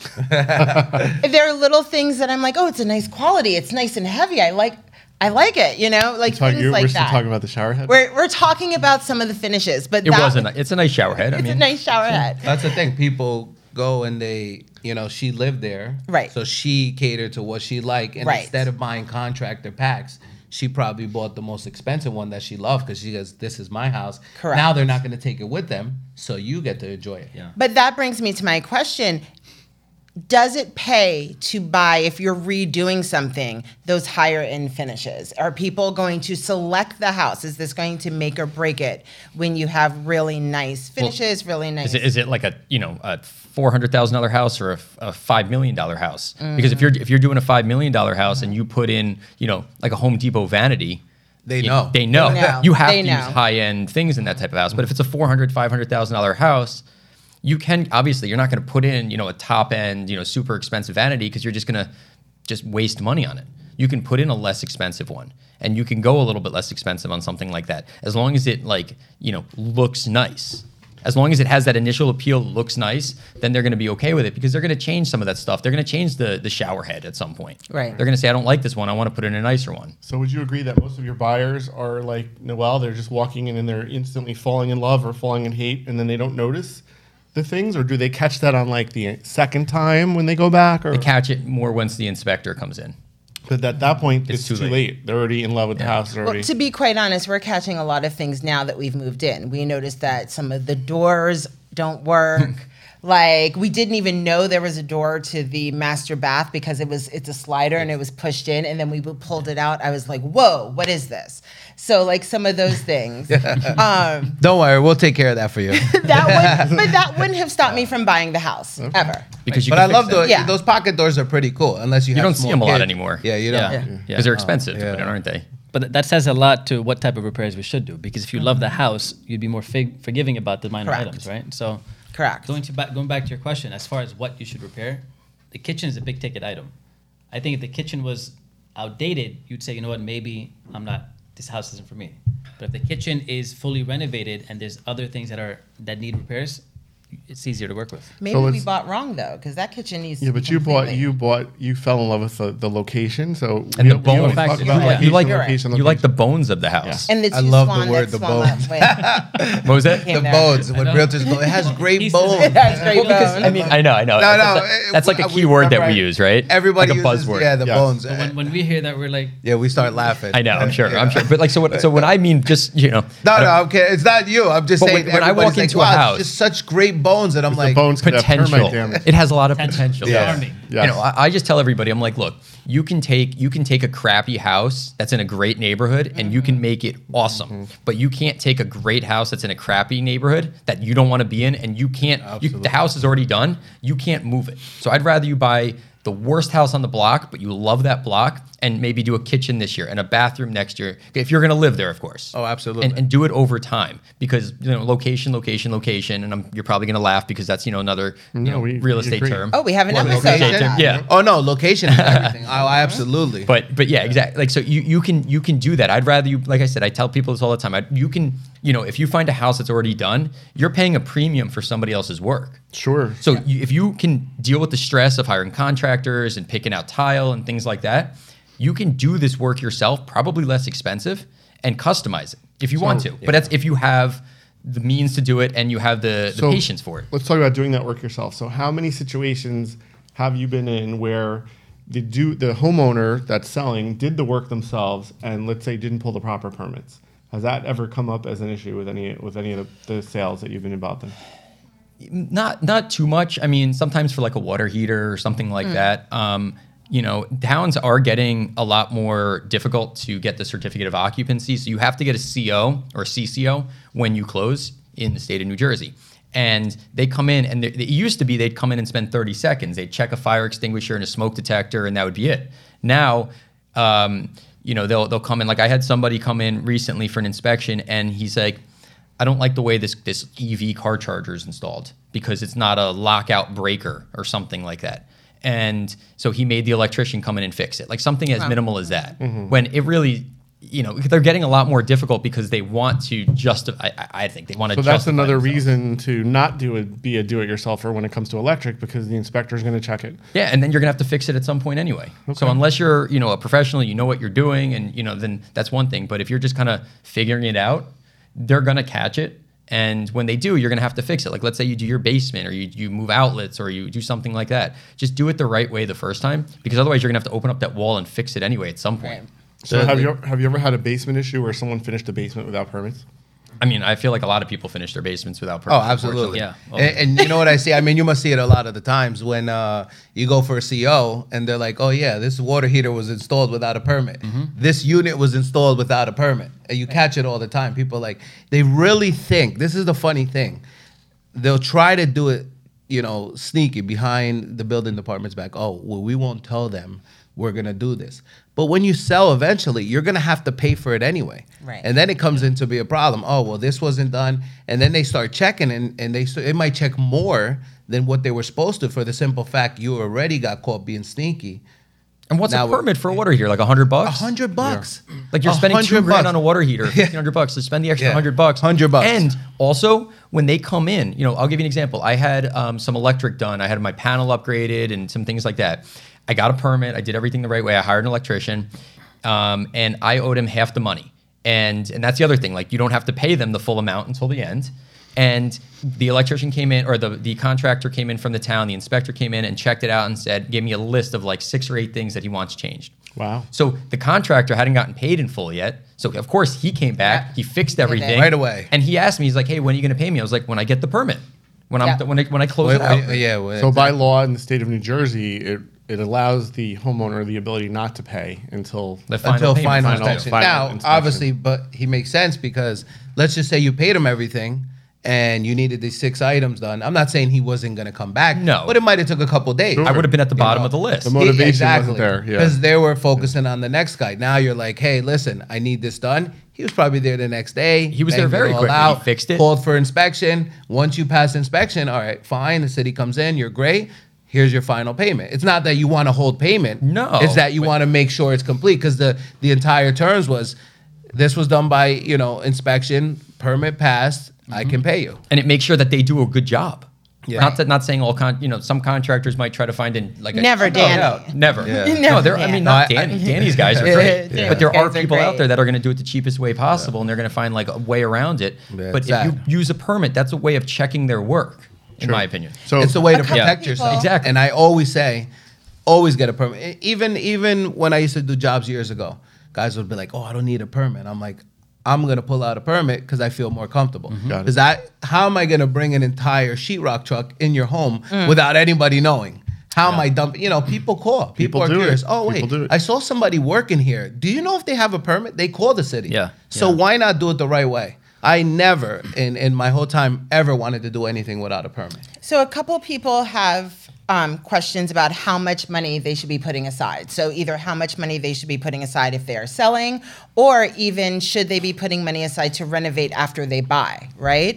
[SPEAKER 3] there are little things that I'm like, oh, it's a nice quality. It's nice and heavy. I like. I like it. You know, like
[SPEAKER 4] Talk,
[SPEAKER 3] things
[SPEAKER 4] you
[SPEAKER 3] like
[SPEAKER 4] we're
[SPEAKER 3] that.
[SPEAKER 4] still talking about the shower head?
[SPEAKER 3] we're we're talking about some of the finishes, but
[SPEAKER 2] It
[SPEAKER 3] that,
[SPEAKER 2] was a ni- it's a nice shower head. I
[SPEAKER 3] It's
[SPEAKER 2] mean,
[SPEAKER 3] a nice shower head.
[SPEAKER 1] That's the thing. People go and they, you know, she lived there.
[SPEAKER 3] Right.
[SPEAKER 1] So she catered to what she liked. And
[SPEAKER 3] Right.
[SPEAKER 1] instead of buying contractor packs, she probably bought the most expensive one that she loved because she goes, This is my house.
[SPEAKER 3] Correct.
[SPEAKER 1] Now they're not going to take it with them. So you get to enjoy it. Yeah.
[SPEAKER 3] But that brings me to my question. Does it pay to buy, if you're redoing something, those higher end finishes? Are people going to select the house? Is this going to make or break it when you have really nice finishes, really nice?
[SPEAKER 2] Is it, is it like a you know a four hundred thousand dollar house or a, f- a five million dollar house? Because
[SPEAKER 3] Mm-hmm.
[SPEAKER 2] if you're if you're doing a five million dollar house and you put in you know like a Home Depot vanity,
[SPEAKER 1] They
[SPEAKER 2] you-
[SPEAKER 1] know.
[SPEAKER 2] they know
[SPEAKER 3] They know.
[SPEAKER 2] you have
[SPEAKER 3] They
[SPEAKER 2] to
[SPEAKER 3] know.
[SPEAKER 2] use high end things in that type of house. But if it's a four hundred five hundred thousand dollar house, you can obviously you're not going to put in you know a top end you know super expensive vanity because you're just going to just waste money on it. You can put in a less expensive one, and you can go a little bit less expensive on something like that as long as it like you know looks nice. As long as it has that initial appeal, looks nice, then they're going to be okay with it because they're going to change some of that stuff. They're going to change the the shower head at some point.
[SPEAKER 3] Right.
[SPEAKER 2] They're going to say, "I don't like this one. I want to put in a nicer one."
[SPEAKER 4] So would you agree that most of your buyers are like Noel? They're just walking in and they're instantly falling in love or falling in hate, and then they don't notice the things, or do they catch that on like the second time when they go back? Or
[SPEAKER 2] Catch it more once the inspector comes in.
[SPEAKER 4] but at that point, it's,
[SPEAKER 2] It's
[SPEAKER 4] too,
[SPEAKER 2] too
[SPEAKER 4] late. They're already in love with the house. They're
[SPEAKER 3] Well,
[SPEAKER 4] already
[SPEAKER 3] to be quite honest, we're catching a lot of things now that we've moved in. We noticed that some of the doors don't work. Like we didn't even know there was a door to the master bath because it was it's a slider and it was pushed in and then we pulled it out. I was like, "Whoa, what is this?" So like some of those things. um,
[SPEAKER 1] Don't worry, we'll take care of that for you.
[SPEAKER 3] that would, but that wouldn't have stopped me from buying the house ever.
[SPEAKER 2] because you
[SPEAKER 1] but
[SPEAKER 2] can
[SPEAKER 1] I love
[SPEAKER 2] fix it.
[SPEAKER 1] those.
[SPEAKER 3] Yeah.
[SPEAKER 1] Those pocket doors are pretty cool, unless you,
[SPEAKER 2] You
[SPEAKER 1] have
[SPEAKER 2] don't see
[SPEAKER 1] small
[SPEAKER 2] them a lot
[SPEAKER 1] kids.
[SPEAKER 2] anymore.
[SPEAKER 1] Yeah, you don't.
[SPEAKER 5] Yeah.
[SPEAKER 2] because they're expensive,
[SPEAKER 1] yeah.
[SPEAKER 2] but aren't they?
[SPEAKER 5] But th- that says a lot to what type of repairs we should do. Because if you love the house, you'd be more fig- forgiving about the minor
[SPEAKER 3] Correct.
[SPEAKER 5] items, right? So,
[SPEAKER 3] Correct.
[SPEAKER 5] going to ba- going back to your question, as far as what you should repair, the kitchen is a big ticket item. I think if the kitchen was outdated, you'd say, you know what, maybe I'm not. This house isn't for me. But if the kitchen is fully renovated and there's other things that are that need repairs, it's easier to work with.
[SPEAKER 3] Maybe we
[SPEAKER 4] it's-
[SPEAKER 3] bought wrong though, because that kitchen needs.
[SPEAKER 4] Yeah,
[SPEAKER 3] to be
[SPEAKER 4] but you bought
[SPEAKER 3] completely-
[SPEAKER 4] you bought you fell in love with the, the location. So
[SPEAKER 2] And the
[SPEAKER 4] we- we
[SPEAKER 2] bone
[SPEAKER 4] always talk
[SPEAKER 5] factor.
[SPEAKER 4] about
[SPEAKER 5] Yeah.
[SPEAKER 4] location,
[SPEAKER 2] You like-
[SPEAKER 4] location,
[SPEAKER 2] You like
[SPEAKER 4] location.
[SPEAKER 2] the bones of the house.
[SPEAKER 3] And the two
[SPEAKER 1] I love the
[SPEAKER 3] swan
[SPEAKER 1] word, the
[SPEAKER 3] that swam up with-
[SPEAKER 2] what was that?
[SPEAKER 1] The
[SPEAKER 3] there.
[SPEAKER 1] bones. What
[SPEAKER 5] know.
[SPEAKER 1] realtors go, it has great
[SPEAKER 5] Pieces.
[SPEAKER 1] bones.
[SPEAKER 3] It has great bones.
[SPEAKER 2] I mean, I know, I
[SPEAKER 1] No,
[SPEAKER 2] know. That's-
[SPEAKER 1] no,
[SPEAKER 2] that's-
[SPEAKER 1] it-
[SPEAKER 2] that's like a
[SPEAKER 1] we-
[SPEAKER 2] key word that we
[SPEAKER 1] remember,
[SPEAKER 2] use, right?
[SPEAKER 1] Everybody
[SPEAKER 2] like a
[SPEAKER 1] uses,
[SPEAKER 2] buzzword.
[SPEAKER 1] Yeah, the
[SPEAKER 4] Yes.
[SPEAKER 1] bones.
[SPEAKER 5] When, when we hear that, we're like,
[SPEAKER 1] yeah, we start laughing.
[SPEAKER 2] I know. I'm sure.
[SPEAKER 1] Yeah.
[SPEAKER 2] I'm sure. But like, so what? So when I mean, just you know,
[SPEAKER 1] No,
[SPEAKER 2] I
[SPEAKER 1] no,
[SPEAKER 2] don't-
[SPEAKER 1] I'm kidding. It's not you. I'm just
[SPEAKER 2] But
[SPEAKER 1] saying.
[SPEAKER 2] when- when I
[SPEAKER 1] everybody's
[SPEAKER 2] walk into a
[SPEAKER 1] like, wow,
[SPEAKER 2] house-
[SPEAKER 1] it's just such great bones, and I'm like,
[SPEAKER 4] the bones could have termite
[SPEAKER 2] potential.
[SPEAKER 4] damage.
[SPEAKER 2] It has a lot of
[SPEAKER 5] Potential.
[SPEAKER 2] potential.
[SPEAKER 5] Yeah. Charming.
[SPEAKER 4] Yes.
[SPEAKER 2] You know, I, I just tell everybody, I'm like, look, you can take you can take a crappy house that's in a great neighborhood and you can make it awesome.
[SPEAKER 4] Mm-hmm.
[SPEAKER 2] But you can't take a great house that's in a crappy neighborhood that you don't want to be in and you can't you, the house is already done. You can't move it. So I'd rather you buy the worst house on the block, but you love that block and maybe do a kitchen this year and a bathroom next year. If you're gonna live there, of course.
[SPEAKER 1] Oh, absolutely.
[SPEAKER 2] And, and do it over time because you know location, location, location, and I'm, you're probably gonna laugh because that's you know another you know,
[SPEAKER 4] we-
[SPEAKER 2] real
[SPEAKER 4] we
[SPEAKER 2] estate
[SPEAKER 4] agree.
[SPEAKER 2] term.
[SPEAKER 3] oh, we have an episode on
[SPEAKER 1] location.
[SPEAKER 3] that.
[SPEAKER 2] Yeah.
[SPEAKER 1] Oh no, location is everything. oh, I absolutely.
[SPEAKER 2] But but yeah, exactly. Like so, you you can you can do that. I'd rather you. Like I said, I tell people this all the time. I, you can you know if you find a house that's already done, you're paying a premium for somebody else's work.
[SPEAKER 4] Sure.
[SPEAKER 2] So you, if you can deal with the stress of hiring contractors and picking out tile and things like that, you can do this work yourself, probably less expensive, and customize it if you want to. But that's if you have the means to do it and you have the, the
[SPEAKER 4] So,
[SPEAKER 2] patience for it.
[SPEAKER 4] Let's talk about doing that work yourself. So, how many situations have you been in where the do the homeowner that's selling did the work themselves and let's say didn't pull the proper permits? Has that ever come up as an issue with any with any of the, the sales that you've been involved in?
[SPEAKER 2] not not too much. I mean, sometimes for like a water heater or something like that. Um, you know, towns are getting a lot more difficult to get the certificate of occupancy. So you have to get a CO or CCO when you close in the state of New Jersey. And they come in, and they, it used to be they'd come in and spend 30 seconds. They'd check a fire extinguisher and a smoke detector, and that would be it. Now, um, you know, they'll they'll come in. Like I had somebody come in recently for an inspection, and he's like, I don't like the way this this EV car charger is installed because it's not a lockout breaker or something like that. And so he made the electrician come in and fix it. Like something as minimal as that.
[SPEAKER 4] Mm-hmm.
[SPEAKER 2] When it really, you know, they're getting a lot more difficult because they want to justify. I, I think they want to.
[SPEAKER 4] So that's
[SPEAKER 2] justify
[SPEAKER 4] another
[SPEAKER 2] themselves.
[SPEAKER 4] reason to not do a be a do-it-yourselfer when it comes to electric because the inspector is going to check it.
[SPEAKER 2] Yeah, and then you're gonna have to fix it at some point anyway. So unless you're, you know, a professional, you know what you're doing, and you know, then that's one thing. But if you're just kind of figuring it out, they're gonna catch it, and when they do, you're gonna have to fix it. Like let's say you do your basement, or you you move outlets, or you do something like that. Just do it the right way the first time, because otherwise you're gonna have to open up that wall and fix it anyway at some point.
[SPEAKER 3] Right.
[SPEAKER 4] So have you have you ever had a basement issue where someone finished the basement without permits?
[SPEAKER 2] I mean, I feel like a lot of people finish their basements without.
[SPEAKER 1] Oh,
[SPEAKER 2] permits,
[SPEAKER 1] absolutely.
[SPEAKER 2] unfortunately.
[SPEAKER 5] Yeah.
[SPEAKER 1] A- And, you know what I see? I mean, you must see it a lot of the times when uh, you go for a CO and they're like, oh, yeah, this water heater was installed without a permit.
[SPEAKER 2] Mm-hmm.
[SPEAKER 1] This unit was installed without a permit. And you catch it all the time. People like, they really think, this is the funny thing. They'll try to do it, you know, sneaky behind the building department's back. Oh, well, we won't tell them we're going to do this. But when you sell eventually, you're going to have to pay for it anyway.
[SPEAKER 3] Right.
[SPEAKER 1] And then it comes in to be a problem. Oh well, this wasn't done, and then they start checking, and and they st- it might check more than what they were supposed to for the simple fact you already got caught being sneaky.
[SPEAKER 2] And what's
[SPEAKER 1] Now
[SPEAKER 2] a
[SPEAKER 1] we're-
[SPEAKER 2] permit for a water heater? Like a hundred
[SPEAKER 1] A
[SPEAKER 2] bucks?
[SPEAKER 1] hundred bucks.
[SPEAKER 2] Like you're spending two
[SPEAKER 1] 100
[SPEAKER 2] grand
[SPEAKER 1] bucks.
[SPEAKER 2] on a water heater, fifteen hundred bucks. So spend the extra
[SPEAKER 1] Yeah.
[SPEAKER 2] hundred bucks.
[SPEAKER 1] 100 bucks.
[SPEAKER 2] And also, when they come in, you know, I'll give you an example. I had um, some electric done. I had my panel upgraded and some things like that. I got a permit. I did everything the right way. I hired an electrician, um, and I owed him half the money. And and that's the other thing. Like you don't have to pay them the full amount until the end. And the electrician came in, or the, the contractor came in from the town. The inspector came in and checked it out and said, gave me a list of like six or eight things that he wants changed.
[SPEAKER 4] Wow.
[SPEAKER 2] So the contractor hadn't gotten paid in full yet. So of course he came back, he fixed everything
[SPEAKER 1] Right away.
[SPEAKER 2] and he asked me, he's like, "Hey, when are you going to pay me?" I was like, "When I get the permit." When I'm
[SPEAKER 3] Yeah.
[SPEAKER 2] d- when I, when I close
[SPEAKER 1] Wait,
[SPEAKER 2] it out.
[SPEAKER 1] wait, yeah. wait.
[SPEAKER 4] So by law in the state of New Jersey, it it allows the homeowner the ability not to pay until
[SPEAKER 2] The final
[SPEAKER 1] until
[SPEAKER 2] payment.
[SPEAKER 1] final,
[SPEAKER 4] Final-
[SPEAKER 1] inspection.
[SPEAKER 4] final
[SPEAKER 1] now,
[SPEAKER 4] inspection.
[SPEAKER 1] obviously, but he makes sense because let's just say you paid him everything and you needed these six items done. I'm not saying he wasn't going to come back.
[SPEAKER 2] No.
[SPEAKER 1] but it might have took a couple days.
[SPEAKER 2] I would have been at the bottom
[SPEAKER 1] know,
[SPEAKER 2] of the list.
[SPEAKER 4] the mo- Motivation wasn't there, yeah.
[SPEAKER 1] because they were focusing on the next guy. Now you're like, hey, listen, I need this done. He was probably there the next day.
[SPEAKER 2] He was there
[SPEAKER 1] banged
[SPEAKER 2] very
[SPEAKER 1] it all
[SPEAKER 2] quickly. He
[SPEAKER 1] out,
[SPEAKER 2] fixed it.
[SPEAKER 1] Called for inspection. Once you pass inspection, all right, fine. The city comes in. You're great. Here's your final payment. It's not that you want to hold payment.
[SPEAKER 2] No.
[SPEAKER 1] it's that you want to make sure it's complete because the the entire terms was this was done by you know inspection permit passed. I can pay you.
[SPEAKER 2] and it makes sure that they do a good job.
[SPEAKER 1] Yeah.
[SPEAKER 2] Not that, not saying all con, you know, some contractors might try to find in like a, Oh,
[SPEAKER 3] Never Danny.
[SPEAKER 2] never.
[SPEAKER 1] Yeah.
[SPEAKER 2] No, there. I mean,
[SPEAKER 3] No,
[SPEAKER 2] not
[SPEAKER 1] I-
[SPEAKER 2] Danny. Danny's guys are
[SPEAKER 1] Yeah.
[SPEAKER 2] great,
[SPEAKER 3] Yeah.
[SPEAKER 2] but there
[SPEAKER 3] Guys
[SPEAKER 2] are
[SPEAKER 3] are
[SPEAKER 2] people out
[SPEAKER 3] great.
[SPEAKER 2] there that are going to do it the cheapest way possible, and they're going to find like a way around it.
[SPEAKER 1] Yeah,
[SPEAKER 2] but
[SPEAKER 1] it's
[SPEAKER 2] if
[SPEAKER 1] sad.
[SPEAKER 2] you use a permit, that's a way of checking their work, in my opinion.
[SPEAKER 4] So
[SPEAKER 1] it's a way to
[SPEAKER 3] couple
[SPEAKER 1] protect
[SPEAKER 3] people-
[SPEAKER 1] yourself.
[SPEAKER 2] Exactly.
[SPEAKER 1] And I always say, always get a permit. E- Even even when I used to do jobs years ago, guys would be like, "Oh, I don't need a permit." I'm like, "I'm gonna pull out a permit because I feel more comfortable."
[SPEAKER 4] Mm-hmm. Got it.
[SPEAKER 1] Because I, how am I gonna bring an entire sheetrock truck in your home
[SPEAKER 3] Mm.
[SPEAKER 1] without anybody knowing? How am I dumping? You know, people call. People,
[SPEAKER 4] People
[SPEAKER 1] are
[SPEAKER 4] do it.
[SPEAKER 1] curious. Oh wait,
[SPEAKER 4] People do it.
[SPEAKER 1] I saw somebody working here. Do you know if they have a permit? They call the city.
[SPEAKER 2] Yeah.
[SPEAKER 1] So
[SPEAKER 2] Yeah.
[SPEAKER 1] why not do it the right way? I never in in my whole time ever wanted to do anything without a permit.
[SPEAKER 3] So a couple people have um, questions about how much money they should be putting aside. So either how much money they should be putting aside if they are selling, or even should they be putting money aside to renovate after they buy, right?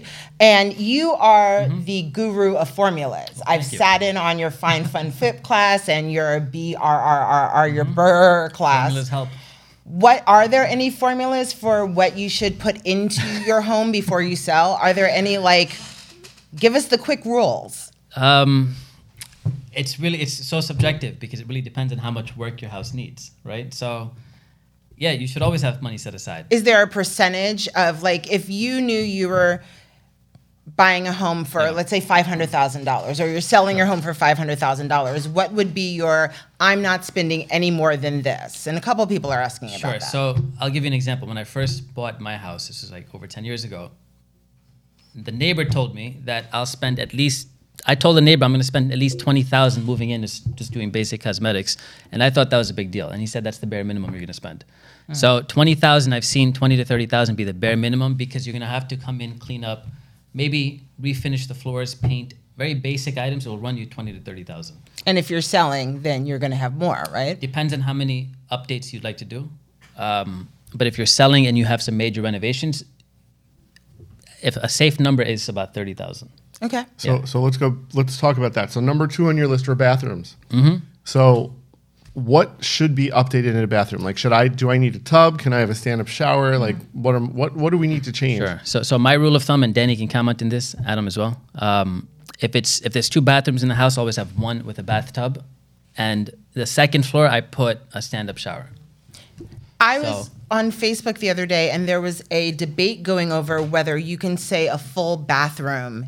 [SPEAKER 3] And you are the guru of formulas. I've sat in on your Fine Fun FIP class and your BRRRR, your BRRR class.
[SPEAKER 5] Let's help.
[SPEAKER 3] What are there any formulas for what you should put into your home before you sell? Are there any like give us the quick rules?
[SPEAKER 5] Um, it's really it's so subjective because it really depends on how much work your house needs, right? So, yeah, you should always have money set aside.
[SPEAKER 3] Is there a percentage of like if you knew you were buying a home for let's say $500,000 or you're selling your home for $500,000, what would be your I'm not spending any more than this? And a couple people are asking
[SPEAKER 5] Sure.
[SPEAKER 3] about that.
[SPEAKER 5] So I'll give you an example. When I first bought my house, this was like over 10 years ago, the neighbor told me that I'll spend at least, I told the neighbor I'm going to spend at least 20,000 moving in, just, just doing basic cosmetics. And I thought that was a big deal. And he said that's the bare minimum you're going to spend.
[SPEAKER 3] Hmm.
[SPEAKER 5] So 20,000, I've seen 20 to 30,000 be the bare minimum because you're going to have to come in, clean up, maybe refinish the floors, paint, very basic items will run you 20 to 30,000
[SPEAKER 3] and if you're selling, then you're going to have more, right?
[SPEAKER 5] depends on how many updates you'd like to do. Um, but if you're selling and you have some major renovations, if a safe number is about thirty thousand.
[SPEAKER 3] Okay.
[SPEAKER 4] So so let's go. Let's talk about that. So number two on your list are bathrooms.
[SPEAKER 1] Mm-hmm.
[SPEAKER 4] So what should be updated in a bathroom? Like, should I do I need a tub? Can I have a stand up
[SPEAKER 1] Mm-hmm.
[SPEAKER 4] shower? Like, what am, what what do we need to change?
[SPEAKER 5] So, so my rule of thumb, and Danny can comment on this, Adam as well. Um, if it's if there's two bathrooms in the house, always have one with a bathtub, and the second floor I put a stand-up shower.
[SPEAKER 3] I was
[SPEAKER 5] So-
[SPEAKER 3] on Facebook the other day and there was a debate going over whether you can say a full bathroom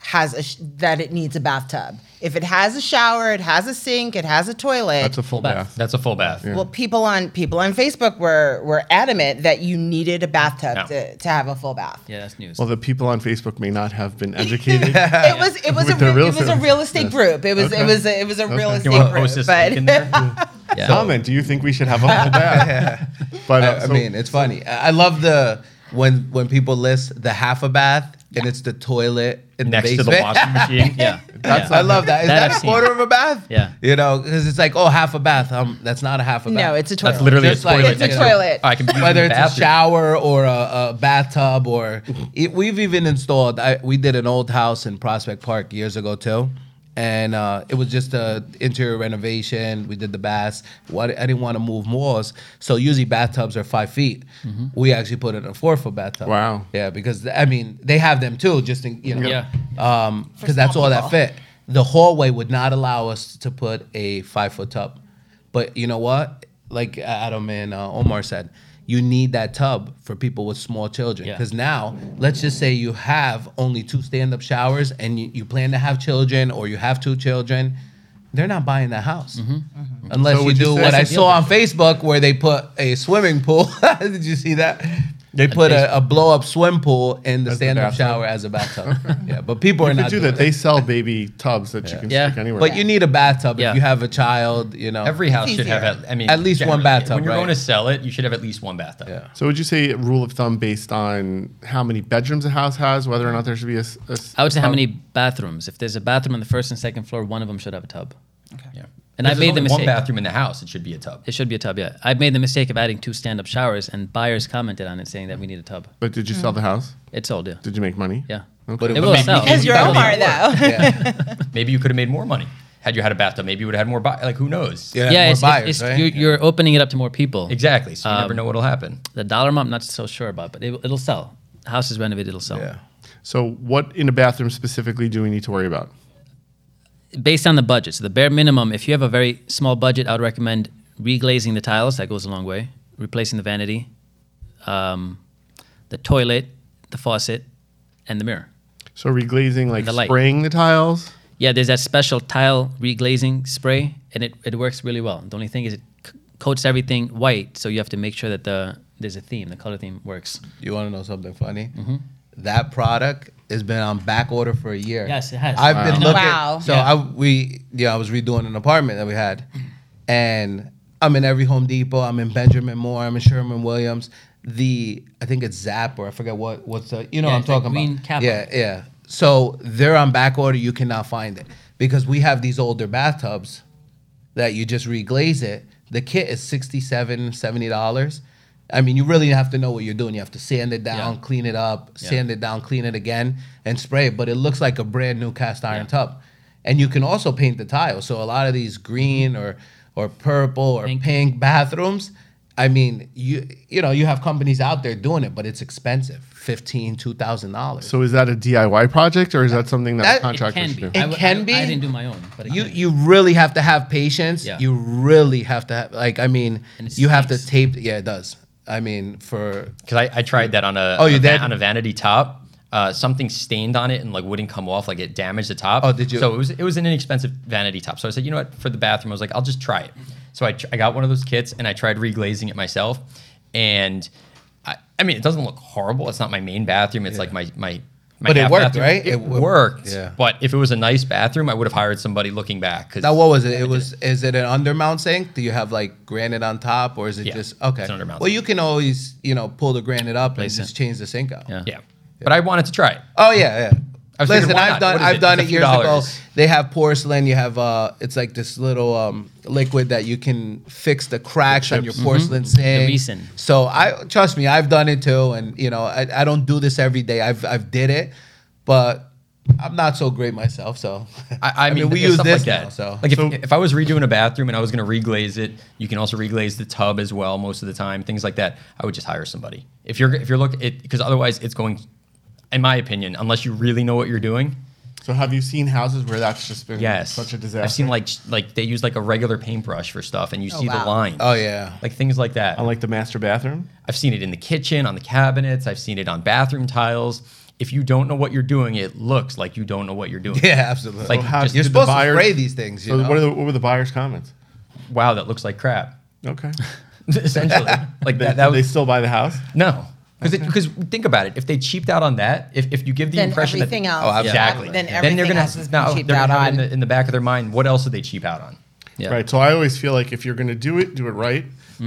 [SPEAKER 3] has a sh- that it needs a bathtub. If it has a shower, it has a sink, it has a toilet.
[SPEAKER 4] That's a full bath.
[SPEAKER 2] That's a full bath.
[SPEAKER 3] well, people on people on Facebook were were adamant that you needed a bathtub
[SPEAKER 2] No.
[SPEAKER 3] to, to have a full bath.
[SPEAKER 5] Yeah, that's news.
[SPEAKER 4] Well, the people on Facebook may not have been educated.
[SPEAKER 3] It was it was a
[SPEAKER 4] With the
[SPEAKER 3] real,
[SPEAKER 4] real
[SPEAKER 3] it was a
[SPEAKER 4] estate-
[SPEAKER 3] real estate group. It was
[SPEAKER 4] Okay.
[SPEAKER 3] it was a, it was a real estate
[SPEAKER 2] You want to
[SPEAKER 3] group.
[SPEAKER 2] post this
[SPEAKER 3] but-
[SPEAKER 2] link in there? yeah.
[SPEAKER 4] Comment. Do you think we should have a full bath? But uh,
[SPEAKER 1] I, I
[SPEAKER 4] so-
[SPEAKER 1] mean, it's funny. I I love the when when people list the half a bath and it's the toilet in
[SPEAKER 2] Next
[SPEAKER 1] the
[SPEAKER 2] to the
[SPEAKER 1] basement.
[SPEAKER 2] washing machine. Yeah.
[SPEAKER 1] That's, I love that. Is
[SPEAKER 5] That
[SPEAKER 1] that,
[SPEAKER 5] I've
[SPEAKER 1] a
[SPEAKER 5] seen.
[SPEAKER 1] quarter of a bath?
[SPEAKER 5] Yeah.
[SPEAKER 1] You know, because it's like, oh, half a bath. Um, that's not a half a bath.
[SPEAKER 3] no, it's a toilet.
[SPEAKER 2] That's literally
[SPEAKER 1] Just
[SPEAKER 2] a toilet.
[SPEAKER 1] like- It's a
[SPEAKER 2] next to it.
[SPEAKER 3] toilet.
[SPEAKER 2] I can be using
[SPEAKER 1] whether
[SPEAKER 2] the
[SPEAKER 1] it's a
[SPEAKER 2] bathroom.
[SPEAKER 1] shower or a, a bathtub or it, we've even installed I, we did an old house in prospect park years ago too and uh, it was just a interior renovation we did the baths what, i didn't want to move walls so usually bathtubs are five feet we actually put in a four foot bathtub
[SPEAKER 4] Wow.
[SPEAKER 1] yeah because i mean they have them too just in you know
[SPEAKER 5] Yeah.
[SPEAKER 1] um because that's all that fit the hallway would not allow us to put a five foot tub but you know what like adam and uh, omar said you need that tub for people with small children
[SPEAKER 5] Yeah.
[SPEAKER 1] because now let's just say you have only two stand-up showers and you, you plan to have children or you have two children they're not buying the house unless
[SPEAKER 4] Mm-hmm. So
[SPEAKER 1] you
[SPEAKER 4] would you
[SPEAKER 1] do
[SPEAKER 4] say-
[SPEAKER 1] what i
[SPEAKER 4] That's a
[SPEAKER 1] saw on facebook where they put a swimming pool did you see that They put
[SPEAKER 2] baseball
[SPEAKER 1] a, a blow up swim pool in the
[SPEAKER 4] As the
[SPEAKER 1] stand up
[SPEAKER 4] bathtub.
[SPEAKER 1] shower as a bathtub. yeah, but people are
[SPEAKER 4] You
[SPEAKER 1] not
[SPEAKER 4] could do
[SPEAKER 1] doing
[SPEAKER 4] that. They sell baby tubs that you can
[SPEAKER 5] Yeah.
[SPEAKER 4] stick anywhere.
[SPEAKER 1] But you need a bathtub
[SPEAKER 5] Yeah.
[SPEAKER 1] if you have a child. You know,
[SPEAKER 2] Every house should have
[SPEAKER 3] easier.
[SPEAKER 2] at, I mean
[SPEAKER 1] At least one
[SPEAKER 2] generally,
[SPEAKER 1] bathtub,
[SPEAKER 2] When you're
[SPEAKER 1] right?
[SPEAKER 2] going to sell it, you should have at least one bathtub.
[SPEAKER 1] Yeah.
[SPEAKER 4] so would you say rule of thumb based on how many bedrooms a house has, whether or not there should be a? s- a s-
[SPEAKER 5] I would say how
[SPEAKER 4] tub?
[SPEAKER 5] many bathrooms? If there's a bathroom on the first and second floor, one of them should have a tub.
[SPEAKER 2] Yeah.
[SPEAKER 5] And I
[SPEAKER 2] If there's
[SPEAKER 5] made the
[SPEAKER 2] only
[SPEAKER 5] mistake.
[SPEAKER 2] One bathroom in the house, it should be a tub.
[SPEAKER 5] It should be a tub, yeah. I made the mistake of adding two stand-up showers, and buyers commented on it saying that we need a tub.
[SPEAKER 4] But did you sell the house?
[SPEAKER 5] It sold, yeah.
[SPEAKER 4] Did you make money?
[SPEAKER 5] Yeah.
[SPEAKER 1] But
[SPEAKER 5] It
[SPEAKER 1] would
[SPEAKER 5] will
[SPEAKER 1] make
[SPEAKER 5] sell.
[SPEAKER 1] me-
[SPEAKER 3] Because you're
[SPEAKER 5] That'll
[SPEAKER 3] Omar, though.
[SPEAKER 1] Yeah,
[SPEAKER 2] Maybe you could have made more money had you had a bathtub. Maybe you would have had more. Buy- like who knows?
[SPEAKER 1] yeah,
[SPEAKER 5] yeah,
[SPEAKER 1] more
[SPEAKER 5] it's,
[SPEAKER 1] buyers,
[SPEAKER 5] it's,
[SPEAKER 1] right?
[SPEAKER 5] it's- you're, you're opening it up to more people.
[SPEAKER 2] Exactly. So you never know what'll happen.
[SPEAKER 5] The dollar amount, I'm not so sure about, but it, it'll sell. House is renovated, it'll sell.
[SPEAKER 1] yeah.
[SPEAKER 4] So what in a bathroom specifically do we need to worry about?
[SPEAKER 5] Based on the budget, so the bare minimum, if you have a very small budget, I would recommend reglazing the tiles. That goes a long way. Replacing the vanity, um, the toilet, the faucet, and the mirror.
[SPEAKER 4] So reglazing, like
[SPEAKER 5] The light.
[SPEAKER 4] spraying the tiles.
[SPEAKER 5] Yeah, there's that special tile reglazing spray, and it, it works really well. The only thing is it c- coats everything white, so you have to make sure that the there's a theme, the color theme works.
[SPEAKER 1] You want to know something funny?
[SPEAKER 5] Mm-hmm.
[SPEAKER 1] That product has been on back order for a year.
[SPEAKER 5] Yes, it has.
[SPEAKER 1] I've
[SPEAKER 5] Wow.
[SPEAKER 1] been
[SPEAKER 5] I know.
[SPEAKER 1] looking.
[SPEAKER 3] Wow.
[SPEAKER 1] So
[SPEAKER 5] Yeah.
[SPEAKER 1] I we yeah I was redoing an apartment that we had, and I'm in every Home Depot. I'm in Benjamin Moore. I'm in Sherman Williams. The I think it's Zap or I forget what what's the you know what
[SPEAKER 5] Yeah,
[SPEAKER 1] I'm
[SPEAKER 5] it's the
[SPEAKER 1] talking
[SPEAKER 5] green
[SPEAKER 1] about.
[SPEAKER 5] cap on
[SPEAKER 1] Yeah, yeah. So they're on back order. You cannot find it because we have these older bathtubs that you just reglaze it. The kit is 67 dollars. I mean, you really have to know what you're doing. You have to sand it down,
[SPEAKER 5] Yeah.
[SPEAKER 1] clean it up,
[SPEAKER 5] Yeah.
[SPEAKER 1] sand it down, clean it again, and spray it. But it looks like a brand new cast iron tub. And you can also paint the tile. So a lot of these green or or purple or pink,
[SPEAKER 5] Pink.
[SPEAKER 1] bathrooms, I mean, you you know, you have companies out there doing it, but it's expensive. Fifteen, two thousand dollars.
[SPEAKER 4] So is that a DIY project or is that something that,
[SPEAKER 1] That-
[SPEAKER 4] a
[SPEAKER 1] it
[SPEAKER 5] It
[SPEAKER 4] contractor
[SPEAKER 5] can
[SPEAKER 4] should
[SPEAKER 5] be.
[SPEAKER 4] do?
[SPEAKER 5] I
[SPEAKER 1] It
[SPEAKER 5] w-
[SPEAKER 1] can
[SPEAKER 5] I-
[SPEAKER 1] be.
[SPEAKER 5] I didn't do my own, but it
[SPEAKER 1] you
[SPEAKER 5] can be.
[SPEAKER 1] you really have to have patience.
[SPEAKER 5] Yeah.
[SPEAKER 1] You really have to have like I mean
[SPEAKER 5] And it
[SPEAKER 1] you have to
[SPEAKER 5] stinks.
[SPEAKER 1] tape yeah, it does. I mean for
[SPEAKER 2] Because I, I tried that on a
[SPEAKER 1] Oh,
[SPEAKER 2] on,
[SPEAKER 1] you
[SPEAKER 2] a va-
[SPEAKER 1] did?
[SPEAKER 2] on a vanity top. Uh, something stained on it and like wouldn't come off, like it damaged the top.
[SPEAKER 1] Oh, did you-
[SPEAKER 2] So it was it was an inexpensive vanity top. So I said, you know what, for the bathroom, I was like, I'll just try it. So I, tr- I got one of those kits and I tried reglazing it myself. And I, I mean, it doesn't look horrible. It's not my main bathroom. It's like my my. my
[SPEAKER 1] But it
[SPEAKER 2] half
[SPEAKER 1] worked,
[SPEAKER 2] bathroom.
[SPEAKER 1] right?
[SPEAKER 2] It,
[SPEAKER 1] It wo-
[SPEAKER 2] worked.
[SPEAKER 1] Yeah.
[SPEAKER 2] But if it was a nice bathroom, I would have hired somebody looking back. 'cause-
[SPEAKER 1] now what was it? It was is it an undermount sink? Do you have like granite on top or is it
[SPEAKER 2] Yeah,
[SPEAKER 1] just okay?
[SPEAKER 2] it's an undermount
[SPEAKER 1] well
[SPEAKER 2] sink.
[SPEAKER 1] you can always, you know, pull the granite up
[SPEAKER 5] Place
[SPEAKER 1] and just
[SPEAKER 5] it.
[SPEAKER 1] change the sink out.
[SPEAKER 5] Yeah.
[SPEAKER 2] Yeah. But I wanted to try it.
[SPEAKER 1] Oh yeah, yeah.
[SPEAKER 2] I was
[SPEAKER 1] Listen,
[SPEAKER 2] thinking, why
[SPEAKER 1] I've
[SPEAKER 2] not?
[SPEAKER 1] done
[SPEAKER 2] What is
[SPEAKER 1] I've
[SPEAKER 2] it?
[SPEAKER 1] done
[SPEAKER 2] It's
[SPEAKER 1] it
[SPEAKER 2] a few
[SPEAKER 1] years ago.
[SPEAKER 2] dollars.
[SPEAKER 1] They have porcelain. You have uh, it's like this little um liquid that you can fix the cracks on your porcelain
[SPEAKER 2] Mm-hmm.
[SPEAKER 1] sink.
[SPEAKER 5] resin.
[SPEAKER 1] So I trust me, I've done it too, and you know I, I don't do this every day. I've I've did it, but I'm not so great myself. So
[SPEAKER 2] I, I, mean,
[SPEAKER 1] we
[SPEAKER 2] there's
[SPEAKER 1] use
[SPEAKER 2] stuff
[SPEAKER 1] this
[SPEAKER 2] like that.
[SPEAKER 1] now. So
[SPEAKER 2] like if,
[SPEAKER 4] So-
[SPEAKER 2] if I was redoing a bathroom and I was going to reglaze it, you can also reglaze the tub as well most of the time, things like that. I would just hire somebody. If you're if you're looking it because otherwise it's going in my opinion, unless you really know what you're doing.
[SPEAKER 4] So have you seen houses where that's just been
[SPEAKER 2] Yes.
[SPEAKER 4] such a disaster?
[SPEAKER 2] I've seen like sh- like they use like a regular paintbrush for stuff and you see
[SPEAKER 3] wow.
[SPEAKER 2] the lines.
[SPEAKER 1] oh yeah,
[SPEAKER 2] Like things like that.
[SPEAKER 4] on like the master bathroom.
[SPEAKER 2] I've seen it in the kitchen, on the cabinets, I've seen it on bathroom tiles. If you don't know what you're doing, it looks like you don't know what you're doing.
[SPEAKER 1] yeah, absolutely.
[SPEAKER 2] Like,
[SPEAKER 4] how
[SPEAKER 2] just-
[SPEAKER 1] you're
[SPEAKER 4] did the
[SPEAKER 1] supposed
[SPEAKER 4] buyers-
[SPEAKER 1] to spray these things. You
[SPEAKER 4] So
[SPEAKER 1] know?
[SPEAKER 4] what, are the, what were the buyers' comments?
[SPEAKER 2] Wow, that looks like crap.
[SPEAKER 4] Okay.
[SPEAKER 2] Essentially. Like
[SPEAKER 4] They,
[SPEAKER 2] that, that
[SPEAKER 4] they
[SPEAKER 2] was
[SPEAKER 4] still buy the house?
[SPEAKER 2] No, because because think about it. If they cheaped out on that, if, if you give the
[SPEAKER 3] Then
[SPEAKER 2] impression
[SPEAKER 3] everything
[SPEAKER 2] that
[SPEAKER 3] else- Oh, absolutely.
[SPEAKER 2] exactly,
[SPEAKER 3] then everything
[SPEAKER 2] they're gonna
[SPEAKER 3] else
[SPEAKER 2] have-
[SPEAKER 3] has been
[SPEAKER 2] now
[SPEAKER 3] cheaped
[SPEAKER 2] they're gonna
[SPEAKER 3] out
[SPEAKER 2] have in
[SPEAKER 3] on.
[SPEAKER 2] the, in the back of their mind. What else did they cheap out on?
[SPEAKER 5] Yeah.
[SPEAKER 4] Right. So I always feel like if you're going to do it, do it right,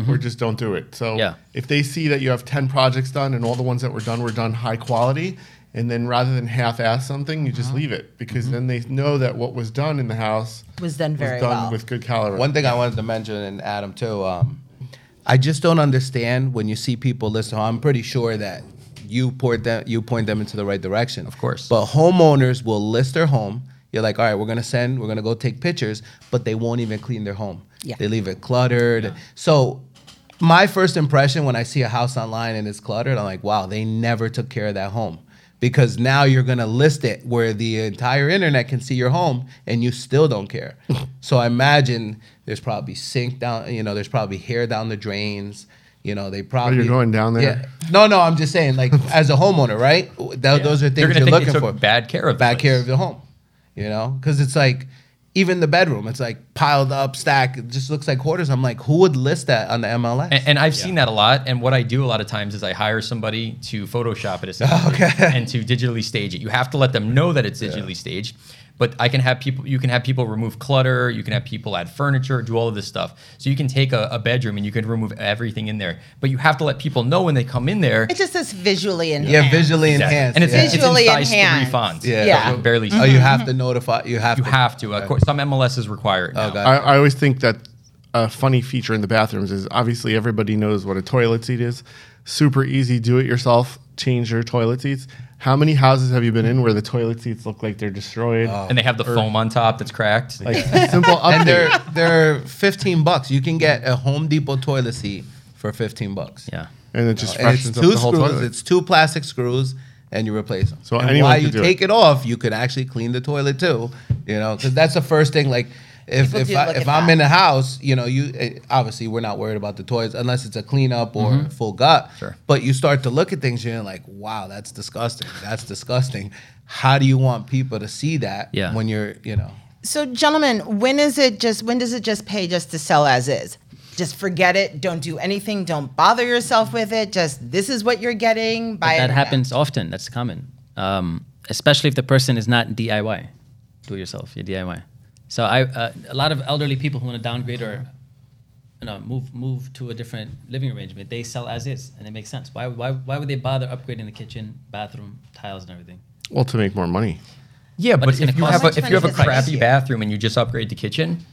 [SPEAKER 4] or just don't do it. So
[SPEAKER 5] Yeah.
[SPEAKER 4] if they see that you have 10 projects done and all the ones that were done were done high quality, and then rather than half ass something, you just leave it because then they know that what was done in the house
[SPEAKER 3] Was done very
[SPEAKER 4] done
[SPEAKER 3] well.
[SPEAKER 4] with good caliber.
[SPEAKER 1] One thing I wanted to mention, and Adam too, um, I just don't understand when you see people listen. I'm pretty sure that you point them, you point them into the right direction, of
[SPEAKER 2] course.
[SPEAKER 1] But homeowners will list their home. You're like, all right, we're gonna send, we're gonna go take pictures, but they won't even clean their home.
[SPEAKER 3] Yeah.
[SPEAKER 1] they leave it cluttered. So. My first impression when I see a house online and it's cluttered, I'm like, wow, they never took care of that home. Because now you're gonna list it where the entire internet can see your home and you still don't care. so I imagine there's probably sink down, you know, there's probably hair down the drains. You know, they probably.
[SPEAKER 4] going down there?
[SPEAKER 1] Yeah. No, no, I'm just saying, like, as a homeowner, right? Th- Those are things
[SPEAKER 2] They're gonna
[SPEAKER 1] you're
[SPEAKER 2] think
[SPEAKER 1] looking
[SPEAKER 2] they took
[SPEAKER 1] for.
[SPEAKER 2] bad care of the
[SPEAKER 1] Bad care
[SPEAKER 2] place.
[SPEAKER 1] of your home, you know? Because it's like, even the bedroom, it's like piled up, stack. It just looks like quarters. I'm like, who would list that on the MLS?
[SPEAKER 2] And, and I've seen that a lot. And what I do a lot of times is I hire somebody to Photoshop it essentially and to digitally stage it. You have to let them know that it's digitally staged. But I can have people. You can have people remove clutter. You can have people add furniture. Do all of this stuff. So you can take a, a bedroom and you can remove everything in there. But you have to let people know when they come in there.
[SPEAKER 3] It just says visually enhanced.
[SPEAKER 1] yeah, visually
[SPEAKER 2] Exactly.
[SPEAKER 1] enhanced.
[SPEAKER 2] And it's,
[SPEAKER 1] yeah.
[SPEAKER 2] it's in
[SPEAKER 3] Visually
[SPEAKER 2] size three
[SPEAKER 3] enhanced.
[SPEAKER 2] font.
[SPEAKER 1] Yeah.
[SPEAKER 3] Yeah. Mm-hmm.
[SPEAKER 2] Barely.
[SPEAKER 1] oh, you have to notify. You have.
[SPEAKER 2] You
[SPEAKER 1] to.
[SPEAKER 2] have to. Of course, some MLSs require it. Now.
[SPEAKER 1] Okay.
[SPEAKER 4] I, I always think that a funny feature in the bathrooms is obviously everybody knows what a toilet seat is. Super easy, do it yourself, change your toilet seats. How many houses have you been in where the toilet seats look like they're destroyed?
[SPEAKER 2] And they have the foam on top that's cracked.
[SPEAKER 4] Like simple
[SPEAKER 1] and they're
[SPEAKER 4] update.
[SPEAKER 1] they're 15 bucks. You can get a Home Depot toilet seat for 15 bucks.
[SPEAKER 2] yeah.
[SPEAKER 4] And it just
[SPEAKER 1] And it's
[SPEAKER 4] freshens up
[SPEAKER 1] two
[SPEAKER 4] the whole
[SPEAKER 1] screws.
[SPEAKER 4] toilet.
[SPEAKER 1] It's two plastic screws, and you replace them.
[SPEAKER 4] So
[SPEAKER 1] and
[SPEAKER 4] anyone
[SPEAKER 1] while
[SPEAKER 4] could
[SPEAKER 1] you
[SPEAKER 4] do it.
[SPEAKER 1] take it. off, you could actually clean the toilet too. You know, because that's the first thing. Like, if
[SPEAKER 3] People
[SPEAKER 1] if,
[SPEAKER 3] do
[SPEAKER 1] I,
[SPEAKER 3] look
[SPEAKER 1] if
[SPEAKER 3] at
[SPEAKER 1] I'm
[SPEAKER 3] that.
[SPEAKER 1] in a house, you know, you eh, obviously we're not worried about the toys unless it's a cleanup or
[SPEAKER 4] Mm-hmm.
[SPEAKER 1] full gut.
[SPEAKER 2] Sure.
[SPEAKER 1] But you start to look at things, you're like, wow, that's disgusting. That's disgusting. How do you want people to see that
[SPEAKER 2] Yeah.
[SPEAKER 1] when you're, you know?
[SPEAKER 3] So, gentlemen, when is it just when does it just pay just to sell as is? Just forget it. Don't do anything. Don't bother yourself with it. Just this is what you're getting. Buy
[SPEAKER 5] But
[SPEAKER 3] it
[SPEAKER 5] that
[SPEAKER 3] now.
[SPEAKER 5] happens often. That's common, um, especially if the person is not DIY, do it yourself, you DIY. So I, uh, a lot of elderly people who want to downgrade or, you know, move move to a different living arrangement, they sell as is, and it makes sense. Why why why would they bother upgrading the kitchen, bathroom, tiles, and everything?
[SPEAKER 4] well, to make more money.
[SPEAKER 2] Yeah, but,
[SPEAKER 5] it's gonna
[SPEAKER 2] if you
[SPEAKER 5] cost-
[SPEAKER 2] have
[SPEAKER 5] How
[SPEAKER 2] a,
[SPEAKER 3] much
[SPEAKER 2] if you
[SPEAKER 3] money
[SPEAKER 2] have a
[SPEAKER 3] does that
[SPEAKER 2] crappy
[SPEAKER 3] cost you?
[SPEAKER 2] bathroom and you just upgrade the kitchen,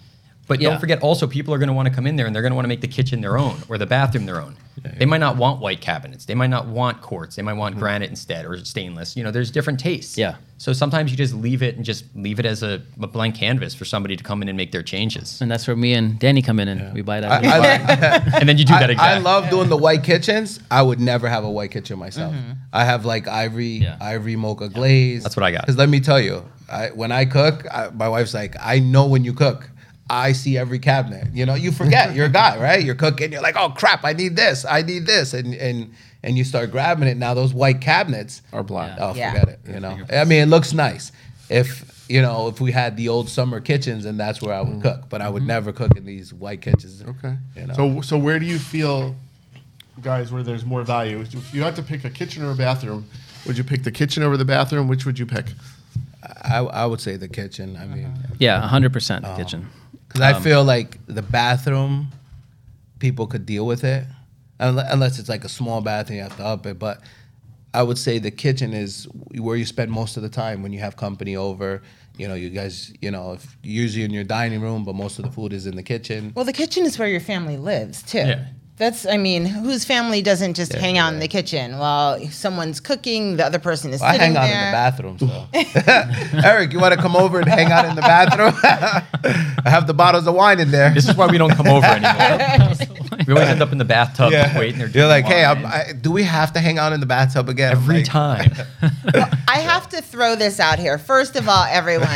[SPEAKER 2] but
[SPEAKER 5] Yeah.
[SPEAKER 2] don't forget also people are going to want to come in there and they're going to want to make the kitchen their own or the bathroom their own. They might not want white cabinets. They might not want quartz. They might want granite instead or stainless. You know, there's different tastes.
[SPEAKER 5] Yeah.
[SPEAKER 2] So sometimes you just leave it and just leave it as a, a blank canvas for somebody to come in and make their changes.
[SPEAKER 5] And that's where me and Danny come in, and we buy that.
[SPEAKER 1] I-
[SPEAKER 2] and then you do that
[SPEAKER 1] I-
[SPEAKER 2] exactly.
[SPEAKER 1] I love doing the white kitchens. I would never have a white kitchen myself. I have like ivory,
[SPEAKER 5] Mm-hmm. Yeah.
[SPEAKER 1] ivory mocha glaze.
[SPEAKER 2] That's what I got.
[SPEAKER 1] Because let me tell you, I, when I cook, I, my wife's like, I know when you cook. I see every cabinet. You know, you forget. You're a guy, right? You're cooking. You're like, oh crap, I need this. I need this, and and and you start grabbing it. Now those white cabinets
[SPEAKER 4] Are black.
[SPEAKER 1] Oh,
[SPEAKER 3] Yeah.
[SPEAKER 1] forget it. You know, I mean, it looks nice. If you know, if we had the old summer kitchens, and that's where I
[SPEAKER 2] Mm.
[SPEAKER 1] would cook. But
[SPEAKER 5] Mm-hmm.
[SPEAKER 1] I would never cook in these white kitchens.
[SPEAKER 4] Okay.
[SPEAKER 1] You know?
[SPEAKER 4] So so where do you feel, guys, where there's more value? If you had to pick a kitchen or a bathroom, would you pick the kitchen over the bathroom? Which would you pick?
[SPEAKER 1] I, I would say the kitchen. I mean,
[SPEAKER 5] yeah, hundred percent kitchen.
[SPEAKER 1] because
[SPEAKER 2] Um,
[SPEAKER 1] I feel like the bathroom, people could deal with it, unle- unless it's like a small bath and you have to up it. But I would say the kitchen is where you spend most of the time when you have company over. You know, you guys, you know, if usually in your dining room, but most of the food is in the kitchen.
[SPEAKER 3] Well, the kitchen is where your family lives too.
[SPEAKER 2] Yeah.
[SPEAKER 3] That's, I mean, whose family doesn't just hang out in the kitchen while someone's cooking, the other person is
[SPEAKER 1] I hang
[SPEAKER 3] sitting
[SPEAKER 1] out
[SPEAKER 3] there.
[SPEAKER 1] in the bathroom. So, Eric, you want to come over and hang out in the bathroom? I have the bottles of wine in there.
[SPEAKER 2] this is why we don't come over anymore. we always end up in the bathtub
[SPEAKER 1] Yeah.
[SPEAKER 2] waiting. They're
[SPEAKER 1] You're like, hey, I'm, I, do we have to hang out in the bathtub again? I'm
[SPEAKER 2] every
[SPEAKER 1] like,
[SPEAKER 2] time.
[SPEAKER 3] I have to throw this out here. First of all, everyone.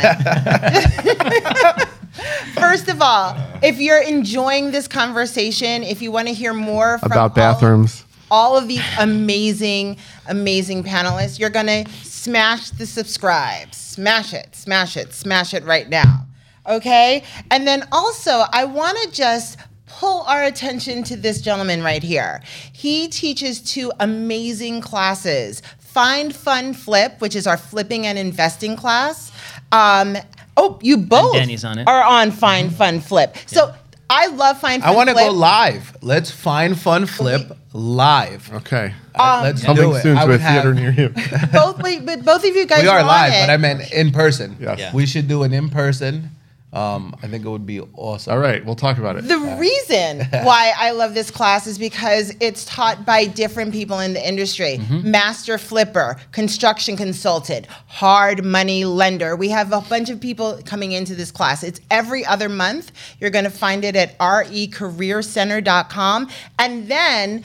[SPEAKER 3] First of all, if you're enjoying this conversation, if you want to hear more from all-
[SPEAKER 4] About bathrooms.
[SPEAKER 3] all of these amazing, amazing panelists, you're going to smash the subscribe. Smash it, smash it, smash it right now. Okay? And then also, I want to just pull our attention to this gentleman right here. He teaches two amazing classes Find Fun Flip, which is our flipping and investing class. Um, oh, you both
[SPEAKER 5] Danny's on it. Mm-hmm.
[SPEAKER 3] are on Find Fun Flip. So I love Find Fun
[SPEAKER 1] I want to
[SPEAKER 3] Flip.
[SPEAKER 1] go live. Let's find fun flip live.
[SPEAKER 4] Okay.
[SPEAKER 1] All right,
[SPEAKER 3] Um,
[SPEAKER 1] let's
[SPEAKER 4] Coming
[SPEAKER 1] do it.
[SPEAKER 4] soon
[SPEAKER 1] I
[SPEAKER 4] to a
[SPEAKER 1] would
[SPEAKER 4] theater
[SPEAKER 1] have-
[SPEAKER 4] near you.
[SPEAKER 3] both, wait, but both of you guys
[SPEAKER 1] we are
[SPEAKER 3] on
[SPEAKER 1] live,
[SPEAKER 3] it.
[SPEAKER 1] but I meant in person.
[SPEAKER 4] Yes. Yeah.
[SPEAKER 1] We should do an in person. Um, I think it would be awesome.
[SPEAKER 4] All right, we'll talk about it.
[SPEAKER 3] The reason why I love this class is because it's taught by different people in the industry
[SPEAKER 4] Mm-hmm.
[SPEAKER 3] master flipper, construction consultant, hard money lender. We have a bunch of people coming into this class. It's every other month. You're going to find it at recareercenter.com. And then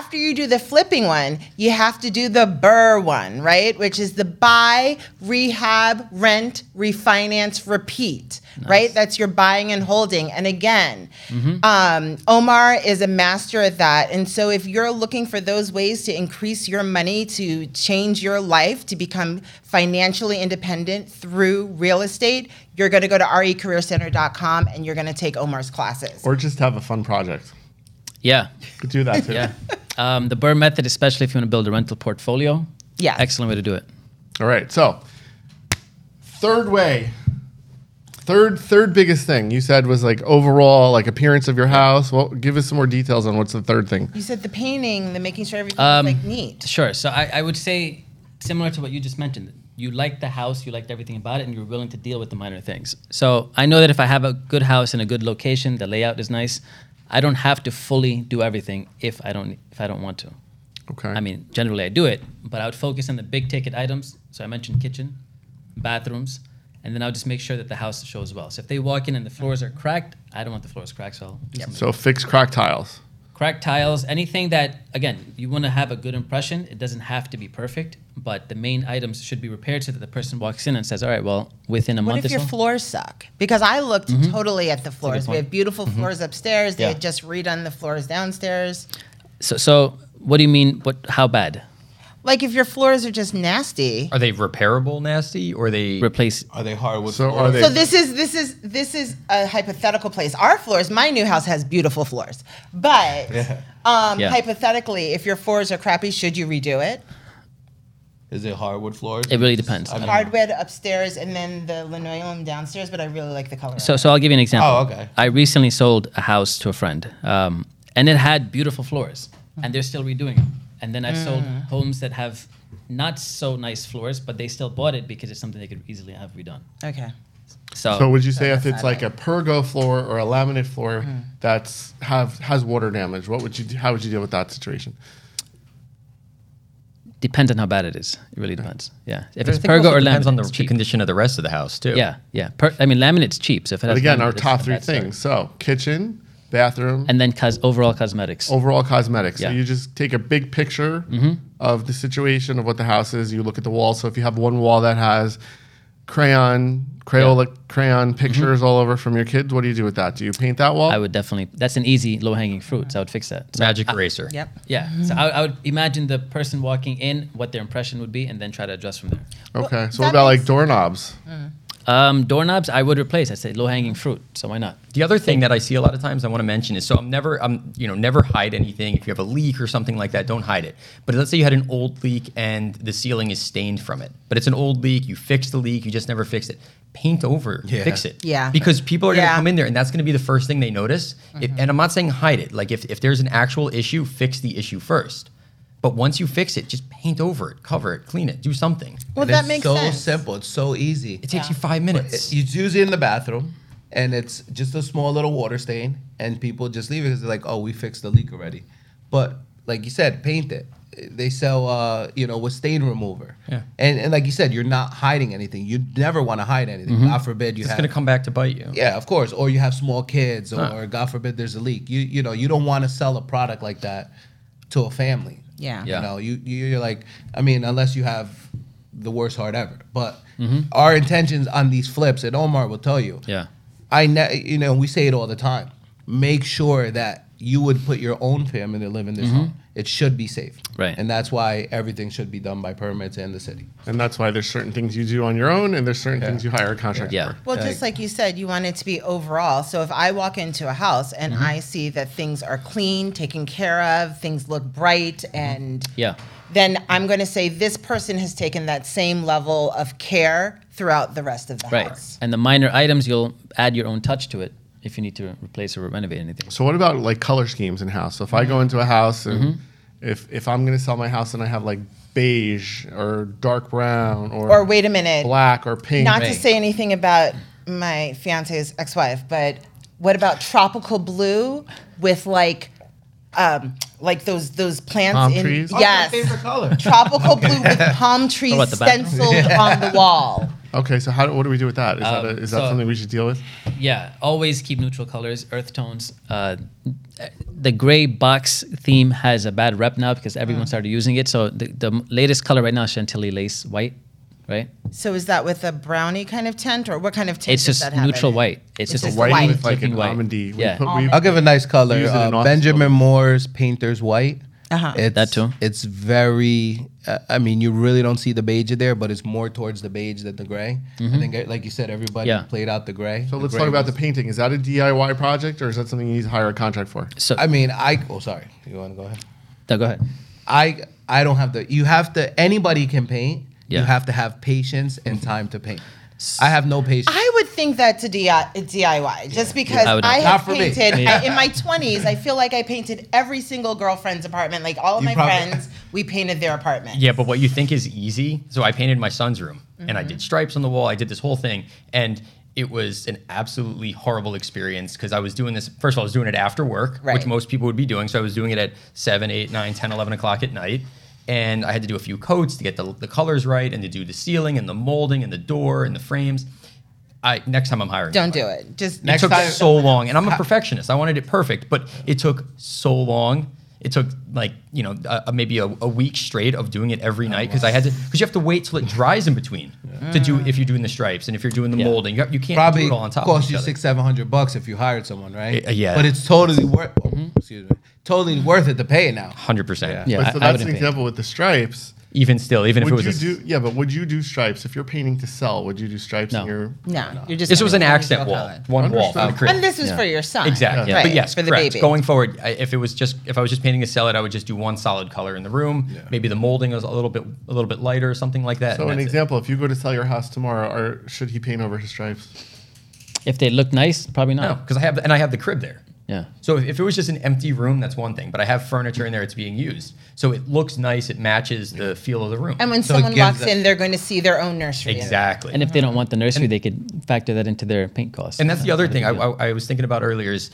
[SPEAKER 3] After you do the flipping one, you have to do the burr one, right? Which is the buy, rehab, rent, refinance, repeat, right? That's your buying and holding. And again, um, Omar is a master at that. And so if you're looking for those ways to increase your money, to change your life, to become financially independent through real estate, you're going to go to recareercenter.com and you're going to take Omar's classes.
[SPEAKER 4] or just have a fun project.
[SPEAKER 5] Yeah.
[SPEAKER 4] Could do that too.
[SPEAKER 5] Yeah. Um, the Burr method, especially if you want to build a rental portfolio.
[SPEAKER 3] Yes.
[SPEAKER 5] Excellent way to do it.
[SPEAKER 4] All right. So, third way, third third biggest thing you said was like overall like appearance of your house. Well, give us some more details on what's the third thing.
[SPEAKER 3] You said the painting, the making sure everything's
[SPEAKER 5] Um,
[SPEAKER 3] like neat.
[SPEAKER 5] Sure. So I, I would say similar to what you just mentioned. You liked the house, you liked everything about it, and you're willing to deal with the minor things. So I know that if I have a good house in a good location, the layout is nice. I don't have to fully do everything if I don't if I don't want to.
[SPEAKER 4] Okay.
[SPEAKER 5] I mean, generally I do it, but I would focus on the big ticket items. So I mentioned kitchen, bathrooms, and then I'll just make sure that the house shows well. So if they walk in and the floors are cracked, I don't want the floors cracked, so I'll do something
[SPEAKER 4] so fix crack tiles.
[SPEAKER 5] cracked tiles, anything that again you want to have a good impression. It doesn't have to be perfect, but the main items should be repaired so that the person walks in and says, "All right, well, within a
[SPEAKER 3] What
[SPEAKER 5] month
[SPEAKER 3] if
[SPEAKER 5] or
[SPEAKER 3] your
[SPEAKER 5] so."
[SPEAKER 3] floors suck? Because I looked totally at the floors. We
[SPEAKER 5] point.
[SPEAKER 3] have beautiful floors upstairs. They
[SPEAKER 5] Yeah.
[SPEAKER 3] had just redone the floors downstairs.
[SPEAKER 5] so, so what do you mean? What? How bad?
[SPEAKER 3] Like if your floors are just nasty.
[SPEAKER 2] Are they repairable nasty or are they
[SPEAKER 5] Replace?
[SPEAKER 1] Are they hardwood?
[SPEAKER 4] So
[SPEAKER 1] floors?
[SPEAKER 4] are they?
[SPEAKER 3] So this is this is this is a hypothetical place. Our floors, my new house has beautiful floors. But um,
[SPEAKER 5] Yeah.
[SPEAKER 3] hypothetically, if your floors are crappy, should you redo it?
[SPEAKER 1] Is it hardwood floors?
[SPEAKER 5] It really depends.
[SPEAKER 1] I don't know.
[SPEAKER 3] Hardwood upstairs and then the linoleum downstairs, but I really like the color.
[SPEAKER 5] So,
[SPEAKER 3] of it.
[SPEAKER 5] so I'll give you an example.
[SPEAKER 1] Oh, okay.
[SPEAKER 5] I recently sold a house to a friend, um, and it had beautiful floors, and they're still redoing them. And then I've sold
[SPEAKER 2] Mm.
[SPEAKER 5] homes that have not so nice floors, but they still bought it because it's something they could easily have redone.
[SPEAKER 3] okay.
[SPEAKER 5] Oh.
[SPEAKER 4] so would you say if it's like a pergo floor or a laminate floor
[SPEAKER 3] Mm.
[SPEAKER 4] that's have has water damage, what would you do, how would you deal with that situation?
[SPEAKER 5] depends on how bad it is. It really depends. Yeah. If it's
[SPEAKER 2] I think it
[SPEAKER 5] pergo
[SPEAKER 2] also
[SPEAKER 5] or
[SPEAKER 2] depends
[SPEAKER 5] laminate,
[SPEAKER 2] on the
[SPEAKER 5] it's cheap.
[SPEAKER 2] condition of the rest of the house too.
[SPEAKER 5] Yeah, yeah. Per, I mean, laminate's cheap. So if it
[SPEAKER 4] But
[SPEAKER 5] has
[SPEAKER 4] again,
[SPEAKER 5] laminate,
[SPEAKER 4] our
[SPEAKER 5] it's
[SPEAKER 4] top
[SPEAKER 5] a
[SPEAKER 4] three
[SPEAKER 5] bad start.
[SPEAKER 4] things. So kitchen, bathroom,
[SPEAKER 5] and then cos overall cosmetics.
[SPEAKER 4] overall cosmetics.
[SPEAKER 5] Yeah. Mm-hmm.
[SPEAKER 4] So you just take a big picture of the situation of what the house is. You look at the wall. So if you have one wall that has crayon, Crayola crayon pictures all over from your kids, what do you do with that? Do you paint that wall?
[SPEAKER 5] Mm-hmm. I would definitely. That's an easy low hanging fruit. So I would fix that. So,
[SPEAKER 2] Magic eraser.
[SPEAKER 3] Yep.
[SPEAKER 5] yeah. So I, I would imagine the person walking in what their impression would be, and then try to adjust from there.
[SPEAKER 4] okay.
[SPEAKER 3] Well,
[SPEAKER 4] so what
[SPEAKER 3] that
[SPEAKER 4] about like
[SPEAKER 3] makes-
[SPEAKER 4] doorknobs?
[SPEAKER 5] Um, doorknobs, I would replace. I say low hanging fruit. So why not?
[SPEAKER 2] The other thing that I see a lot of times I want to mention is so I'm never I'm you know never hide anything. If you have a leak or something like that, don't hide it. But let's say you had an old leak and the ceiling is stained from it. But it's an old leak, you fixed the leak, you just never fixed it. Paint over,
[SPEAKER 1] Yeah.
[SPEAKER 2] fix it.
[SPEAKER 3] Yeah.
[SPEAKER 2] Because people are
[SPEAKER 3] Yeah.
[SPEAKER 2] gonna come in there and that's gonna be the first thing they notice. If, and I'm not saying hide it. Like if, if there's an actual issue, fix the issue first. But once you fix it, just paint over it, cover it, clean it, do something.
[SPEAKER 3] Well,
[SPEAKER 1] And
[SPEAKER 3] that
[SPEAKER 1] it's
[SPEAKER 3] makes
[SPEAKER 1] so
[SPEAKER 3] sense.
[SPEAKER 1] simple. It's so easy.
[SPEAKER 2] It takes
[SPEAKER 3] Yeah.
[SPEAKER 2] you five minutes.
[SPEAKER 1] It's usually in the bathroom, and it's just a small little water stain, and people just leave it because they're like, "Oh, we fixed the leak already." But like you said, paint it. They sell, uh, you know, with stain remover.
[SPEAKER 2] Yeah.
[SPEAKER 1] And and like you said, you're not hiding anything. You never want to hide anything. God forbid you
[SPEAKER 2] Mm-hmm. it's
[SPEAKER 1] have.
[SPEAKER 2] gonna come back to bite you.
[SPEAKER 1] yeah, of course. Or you have small kids, or, God forbid there's a leak. You you know you don't want to sell a product like that to a family.
[SPEAKER 3] Yeah.
[SPEAKER 1] You know, you you- you're like, I mean, unless you have the worst heart ever. But our intentions on these flips, and Omar will tell you.
[SPEAKER 5] Mm-hmm. Yeah.
[SPEAKER 1] I ne- you know we say it all the time. Make sure that you would put your own family to live in this home. It should be safe,
[SPEAKER 5] Mm-hmm. Right.
[SPEAKER 1] And that's why everything should be done by permits and the city.
[SPEAKER 4] And that's why there's certain things you do on your own, and there's certain things you hire a contractor.
[SPEAKER 5] Yeah.
[SPEAKER 4] for.
[SPEAKER 3] Well, just like you said, you want it to be overall. So if I walk into a house and I see that things are clean, taken care of, things look bright, and
[SPEAKER 5] Yeah.
[SPEAKER 3] then I'm going to say this person has taken that same level of care throughout the rest of the
[SPEAKER 5] Right.
[SPEAKER 3] house.
[SPEAKER 5] And the minor items, you'll add your own touch to it if you need to replace or renovate anything.
[SPEAKER 4] So what about like color schemes in house? So if I
[SPEAKER 5] Mm-hmm.
[SPEAKER 4] go into a house and if if I'm gonna sell my house and I have like beige or dark brown or,
[SPEAKER 3] Or wait a minute,
[SPEAKER 4] black or pink,
[SPEAKER 3] not to
[SPEAKER 2] Right.
[SPEAKER 3] say anything about my fiance's ex-wife, but what about tropical blue with like, um, like those those plants
[SPEAKER 4] Palm
[SPEAKER 3] in
[SPEAKER 4] trees? Oh, my
[SPEAKER 3] yes,
[SPEAKER 1] color.
[SPEAKER 3] tropical blue with palm trees
[SPEAKER 5] about the back?
[SPEAKER 3] stenciled on the wall.
[SPEAKER 4] Okay, so how, do- what do we do with that? Is, that,
[SPEAKER 5] Um,
[SPEAKER 4] a, is
[SPEAKER 5] so-
[SPEAKER 4] that something we should deal with?
[SPEAKER 5] Yeah, always keep neutral colors, earth tones. Uh, the gray box theme has a bad rep now because everyone started using it. So the, the latest color right now is Chantilly lace white, right?
[SPEAKER 3] So is that with a brownie kind of tint, or what kind of tint?
[SPEAKER 5] It's
[SPEAKER 3] does
[SPEAKER 5] just
[SPEAKER 3] that have in
[SPEAKER 5] neutral
[SPEAKER 3] it?
[SPEAKER 5] white.
[SPEAKER 3] It's
[SPEAKER 5] It's, just,
[SPEAKER 3] just
[SPEAKER 5] a white.
[SPEAKER 3] white.
[SPEAKER 4] with like an
[SPEAKER 5] Looking white.
[SPEAKER 4] almondie. We
[SPEAKER 5] Yeah.
[SPEAKER 4] put- we-
[SPEAKER 1] I'll give a nice color.
[SPEAKER 4] Use it in
[SPEAKER 1] Uh,
[SPEAKER 4] office
[SPEAKER 1] Benjamin
[SPEAKER 4] building.
[SPEAKER 1] Moore's Painter's White.
[SPEAKER 3] Uh-huh.
[SPEAKER 1] It's,
[SPEAKER 5] That too.
[SPEAKER 1] It's very. Uh, I mean, you really don't see the beige in there, but it's more towards the beige than the gray.
[SPEAKER 2] Mm-hmm.
[SPEAKER 1] I think, uh, like you said, everybody
[SPEAKER 5] Yeah.
[SPEAKER 1] played out the gray.
[SPEAKER 4] so
[SPEAKER 1] The
[SPEAKER 4] let's
[SPEAKER 1] gray
[SPEAKER 4] talk about
[SPEAKER 1] was-
[SPEAKER 4] the painting. Is that a DIY project or is that something you need to hire a contract for?
[SPEAKER 5] So
[SPEAKER 1] I mean, I. Oh, sorry. You want to go ahead?
[SPEAKER 5] no, go ahead.
[SPEAKER 1] I. I don't have the. You have to. Anybody can paint.
[SPEAKER 5] Yeah.
[SPEAKER 1] You have to have patience and time to paint. I have no patience.
[SPEAKER 3] I would think that's a DI- a DIY, just because
[SPEAKER 5] I would
[SPEAKER 3] I,
[SPEAKER 5] not.
[SPEAKER 1] Not
[SPEAKER 3] have
[SPEAKER 1] for me.
[SPEAKER 3] painted
[SPEAKER 5] Yeah.
[SPEAKER 3] I- in my twenties. I feel like I painted every single girlfriend's apartment. Like all of
[SPEAKER 1] You
[SPEAKER 3] my
[SPEAKER 1] probably-
[SPEAKER 3] friends, we painted their apartment.
[SPEAKER 2] Yeah, but what you think is easy. So I painted my son's room and I
[SPEAKER 3] Mm-hmm.
[SPEAKER 2] did stripes on the wall. I did this whole thing. And it was an absolutely horrible experience because I was doing this. First of all, I was doing it after work,
[SPEAKER 3] Right.
[SPEAKER 2] which most people would be doing. So I was doing it at 7, 8, 9, 10, 11 o'clock at night. And I had to do a few coats to get the, the colors right and to do the ceiling and the molding and the door and the frames. I Next time I'm hiring.
[SPEAKER 3] Don't
[SPEAKER 2] somebody
[SPEAKER 3] do it. Just
[SPEAKER 1] Next
[SPEAKER 2] it took
[SPEAKER 1] time-
[SPEAKER 2] so long, and I'm a perfectionist. I wanted it perfect, but it took so long. It took like you know uh, uh, maybe a, a week straight of doing it
[SPEAKER 1] Oh,
[SPEAKER 2] every night because I had to because you have to wait till it dries in between to do if you're doing the stripes and if you're doing the molding. You, have- you can't
[SPEAKER 1] probably
[SPEAKER 2] do it all on top.
[SPEAKER 1] cost
[SPEAKER 2] of each
[SPEAKER 1] you
[SPEAKER 2] other.
[SPEAKER 1] six seven hundred bucks if you hired someone, right?
[SPEAKER 2] Uh, yeah. Mm-hmm.
[SPEAKER 1] But it's totally worth. oh, Excuse me. Totally worth it to pay now.
[SPEAKER 2] Hundred percent.
[SPEAKER 5] Yeah,
[SPEAKER 4] But
[SPEAKER 5] I-
[SPEAKER 4] so
[SPEAKER 5] I
[SPEAKER 4] that's
[SPEAKER 5] wouldn't
[SPEAKER 4] an
[SPEAKER 5] paint.
[SPEAKER 4] example with the stripes.
[SPEAKER 2] Even still, even if
[SPEAKER 4] Would
[SPEAKER 2] it
[SPEAKER 4] you
[SPEAKER 2] was a,
[SPEAKER 4] do yeah, but would you do stripes if you're painting to sell? Would you do stripes
[SPEAKER 5] No.
[SPEAKER 4] in your
[SPEAKER 3] no. You're just
[SPEAKER 2] this was an
[SPEAKER 3] gonna-
[SPEAKER 2] accent wall, one wall. for the crib.
[SPEAKER 3] And this was for your son.
[SPEAKER 2] Exactly.
[SPEAKER 3] Right,
[SPEAKER 2] But yes,
[SPEAKER 3] for the
[SPEAKER 2] correct.
[SPEAKER 3] baby.
[SPEAKER 2] Going forward, I, if it was just if I was just painting a salad, I would just do one solid color in the room. Maybe the molding was a little bit a little bit lighter or something like that.
[SPEAKER 4] So
[SPEAKER 2] and
[SPEAKER 4] an
[SPEAKER 2] that's it.
[SPEAKER 4] example, if you go to sell your house tomorrow, or should he paint over his stripes?
[SPEAKER 5] If they look nice, probably
[SPEAKER 2] No,
[SPEAKER 5] not.
[SPEAKER 2] because I have the, and I have the crib there.
[SPEAKER 5] Yeah.
[SPEAKER 2] So if, if it was just an empty room, that's one thing. But I have furniture in there; it's being used, so it looks nice. It matches the feel of the room.
[SPEAKER 3] And when
[SPEAKER 1] So it
[SPEAKER 3] someone
[SPEAKER 1] gives
[SPEAKER 3] walks
[SPEAKER 1] them-
[SPEAKER 3] in, they're going to see their own nursery. in it.
[SPEAKER 2] exactly.
[SPEAKER 5] And if they don't want the nursery, they could factor that into their paint cost.
[SPEAKER 2] And that's the other thing I,
[SPEAKER 5] big deal.
[SPEAKER 2] I, I was thinking about earlier is,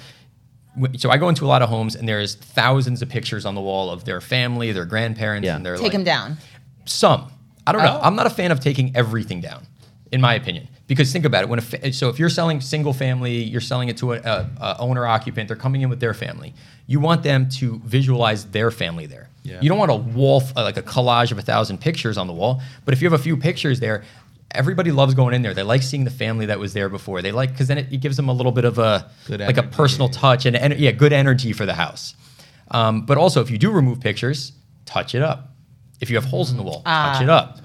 [SPEAKER 2] w- so I go into a lot of homes and there's thousands of pictures on the wall of their family, their grandparents,
[SPEAKER 5] Yeah.
[SPEAKER 2] and their
[SPEAKER 3] Take them down.
[SPEAKER 2] Some. I don't
[SPEAKER 1] Oh.
[SPEAKER 2] know. I'm not a fan of taking everything down, in my opinion. Because think about it. When a fa- so if you're selling single family, you're selling it to a, a, a owner occupant. They're coming in with their family. You want them to visualize their family there.
[SPEAKER 1] Yeah.
[SPEAKER 2] You don't want a wall f- uh, like a collage of a thousand pictures on the wall. But if you have a few pictures there, everybody loves going in there. They like seeing the family that was there before. They like because then it, it gives them a little bit of a
[SPEAKER 1] Good
[SPEAKER 2] like a
[SPEAKER 1] energy.
[SPEAKER 2] personal touch and ener- yeah, good energy for the house. Um, but also, if you do remove pictures, touch it up. If you have holes in the wall, touch it up.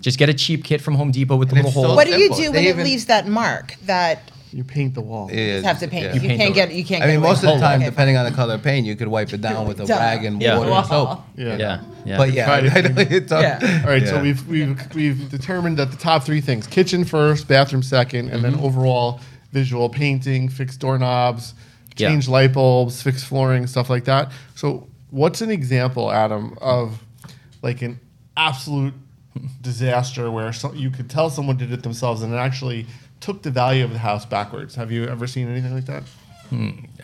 [SPEAKER 2] Just get a cheap kit from Home Depot with the
[SPEAKER 1] And
[SPEAKER 2] little
[SPEAKER 1] it's so
[SPEAKER 2] holes.
[SPEAKER 3] What do you
[SPEAKER 1] simple.
[SPEAKER 3] do
[SPEAKER 1] They
[SPEAKER 3] when it
[SPEAKER 1] even-
[SPEAKER 3] leaves that mark? That
[SPEAKER 4] You paint the wall.
[SPEAKER 1] It
[SPEAKER 3] you
[SPEAKER 1] is,
[SPEAKER 3] have to paint.
[SPEAKER 1] yeah.
[SPEAKER 3] You
[SPEAKER 2] paint
[SPEAKER 3] can't
[SPEAKER 2] over
[SPEAKER 3] get. You can't.
[SPEAKER 1] I
[SPEAKER 3] get
[SPEAKER 1] mean,
[SPEAKER 3] away
[SPEAKER 1] most
[SPEAKER 3] with
[SPEAKER 1] of the
[SPEAKER 3] it.
[SPEAKER 1] time,
[SPEAKER 3] Okay, fine.
[SPEAKER 1] depending on the color of paint, you could wipe it down with a
[SPEAKER 3] Duh.
[SPEAKER 1] rag and
[SPEAKER 5] Yeah.
[SPEAKER 1] water and soap.
[SPEAKER 4] Yeah.
[SPEAKER 5] yeah. Yeah.
[SPEAKER 1] But yeah,
[SPEAKER 4] Try
[SPEAKER 1] I
[SPEAKER 4] to-
[SPEAKER 1] know it's all-
[SPEAKER 4] All right, so
[SPEAKER 1] Yeah.
[SPEAKER 4] we've we've we've determined that the top three things: kitchen first, bathroom second, and
[SPEAKER 2] Mm-hmm.
[SPEAKER 4] then overall visual painting, fix doorknobs,
[SPEAKER 5] Yeah.
[SPEAKER 4] change light bulbs, fix flooring, stuff like that. So, what's an example, Adam, of like an absolute disaster where so, you could tell someone did it themselves and it actually took the value of the house backwards? Have you ever seen anything like that?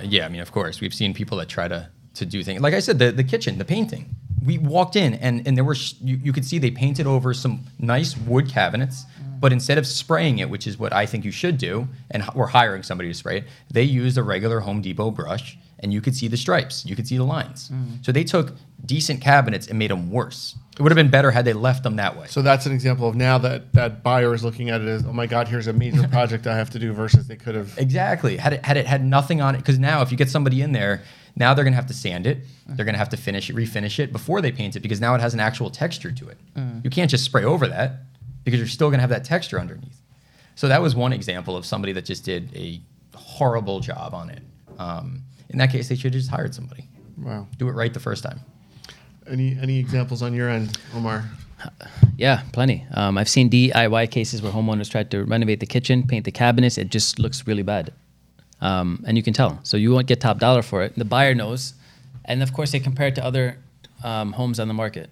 [SPEAKER 2] yeah, I mean, of course, we've seen people that try to to do things. Like I said, the, the kitchen, the painting. We walked in and and there were sh- you, you could see they painted over some nice wood cabinets, but instead of spraying it, which is what I think you should do, and h- we're hiring somebody to spray it, they used a regular Home Depot brush, and you could see the stripes, you could see the lines. So they took decent cabinets and made them worse. It would have been better had they left them that way.
[SPEAKER 4] So that's an example of now that that buyer is looking at it as, oh my God, here's a major project I have to do versus they could have.
[SPEAKER 2] Exactly. Had it had it had nothing on it, because now if you get somebody in there, now they're gonna have to sand it. They're gonna have to finish it, refinish it before they paint it, because now it has an actual texture to it. You can't just spray over that, because you're still gonna have that texture underneath. So that was one example of somebody that just did a horrible job on it. Um, in that case, they should have just hired somebody.
[SPEAKER 4] Wow.
[SPEAKER 2] Do it right the first time.
[SPEAKER 4] Any any examples on your end, Omar?
[SPEAKER 5] Yeah, plenty. Um, I've seen DIY cases where homeowners tried to renovate the kitchen, paint the cabinets. It just looks really bad, um, and you can tell. So you won't get top dollar for it. The buyer knows, and of course they compare it to other um, homes on the market.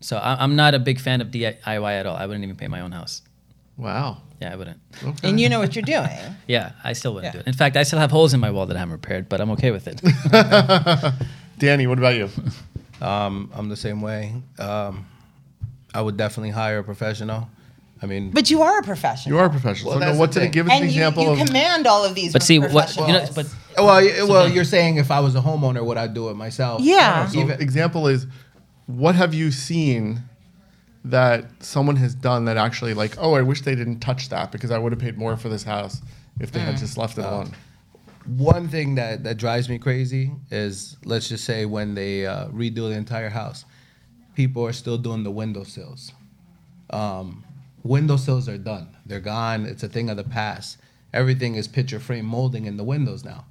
[SPEAKER 5] So I, I'm not a big fan of DIY at all. I wouldn't even paint my own house.
[SPEAKER 4] Wow.
[SPEAKER 5] Yeah, I wouldn't.
[SPEAKER 4] Okay.
[SPEAKER 3] And you know what you're doing.
[SPEAKER 5] Yeah, I still wouldn't
[SPEAKER 3] Yeah.
[SPEAKER 5] do it. In fact, I still have holes in my wall that I haven't repaired, but I'm okay with it.
[SPEAKER 4] Danny, what about you?
[SPEAKER 1] Um, I'm the same way. Um, I would definitely hire a professional. I mean,
[SPEAKER 3] But you are a professional.
[SPEAKER 4] You are a professional.
[SPEAKER 1] Well,
[SPEAKER 4] so
[SPEAKER 1] that's
[SPEAKER 4] now, what
[SPEAKER 1] the
[SPEAKER 4] did
[SPEAKER 1] thing.
[SPEAKER 4] it give us an
[SPEAKER 3] and you,
[SPEAKER 4] example
[SPEAKER 3] you
[SPEAKER 4] of?
[SPEAKER 3] command all of these.
[SPEAKER 5] But see what you know.
[SPEAKER 3] professionals.
[SPEAKER 5] But
[SPEAKER 1] well, y- well, you're saying if I was a homeowner, would I do it myself?
[SPEAKER 3] Yeah.
[SPEAKER 4] So
[SPEAKER 1] Even-
[SPEAKER 4] example is, what have you seen that someone has done that actually like? Oh, I wish they didn't touch that because I would have paid more for this house if they
[SPEAKER 3] Mm.
[SPEAKER 4] had just left it alone.
[SPEAKER 1] one thing that, that drives me crazy is let's just say when they uh, redo the entire house, people are still doing the windowsills. Um, windowsills are done, they're gone. It's a thing of the past. Everything is picture frame molding in the windows now.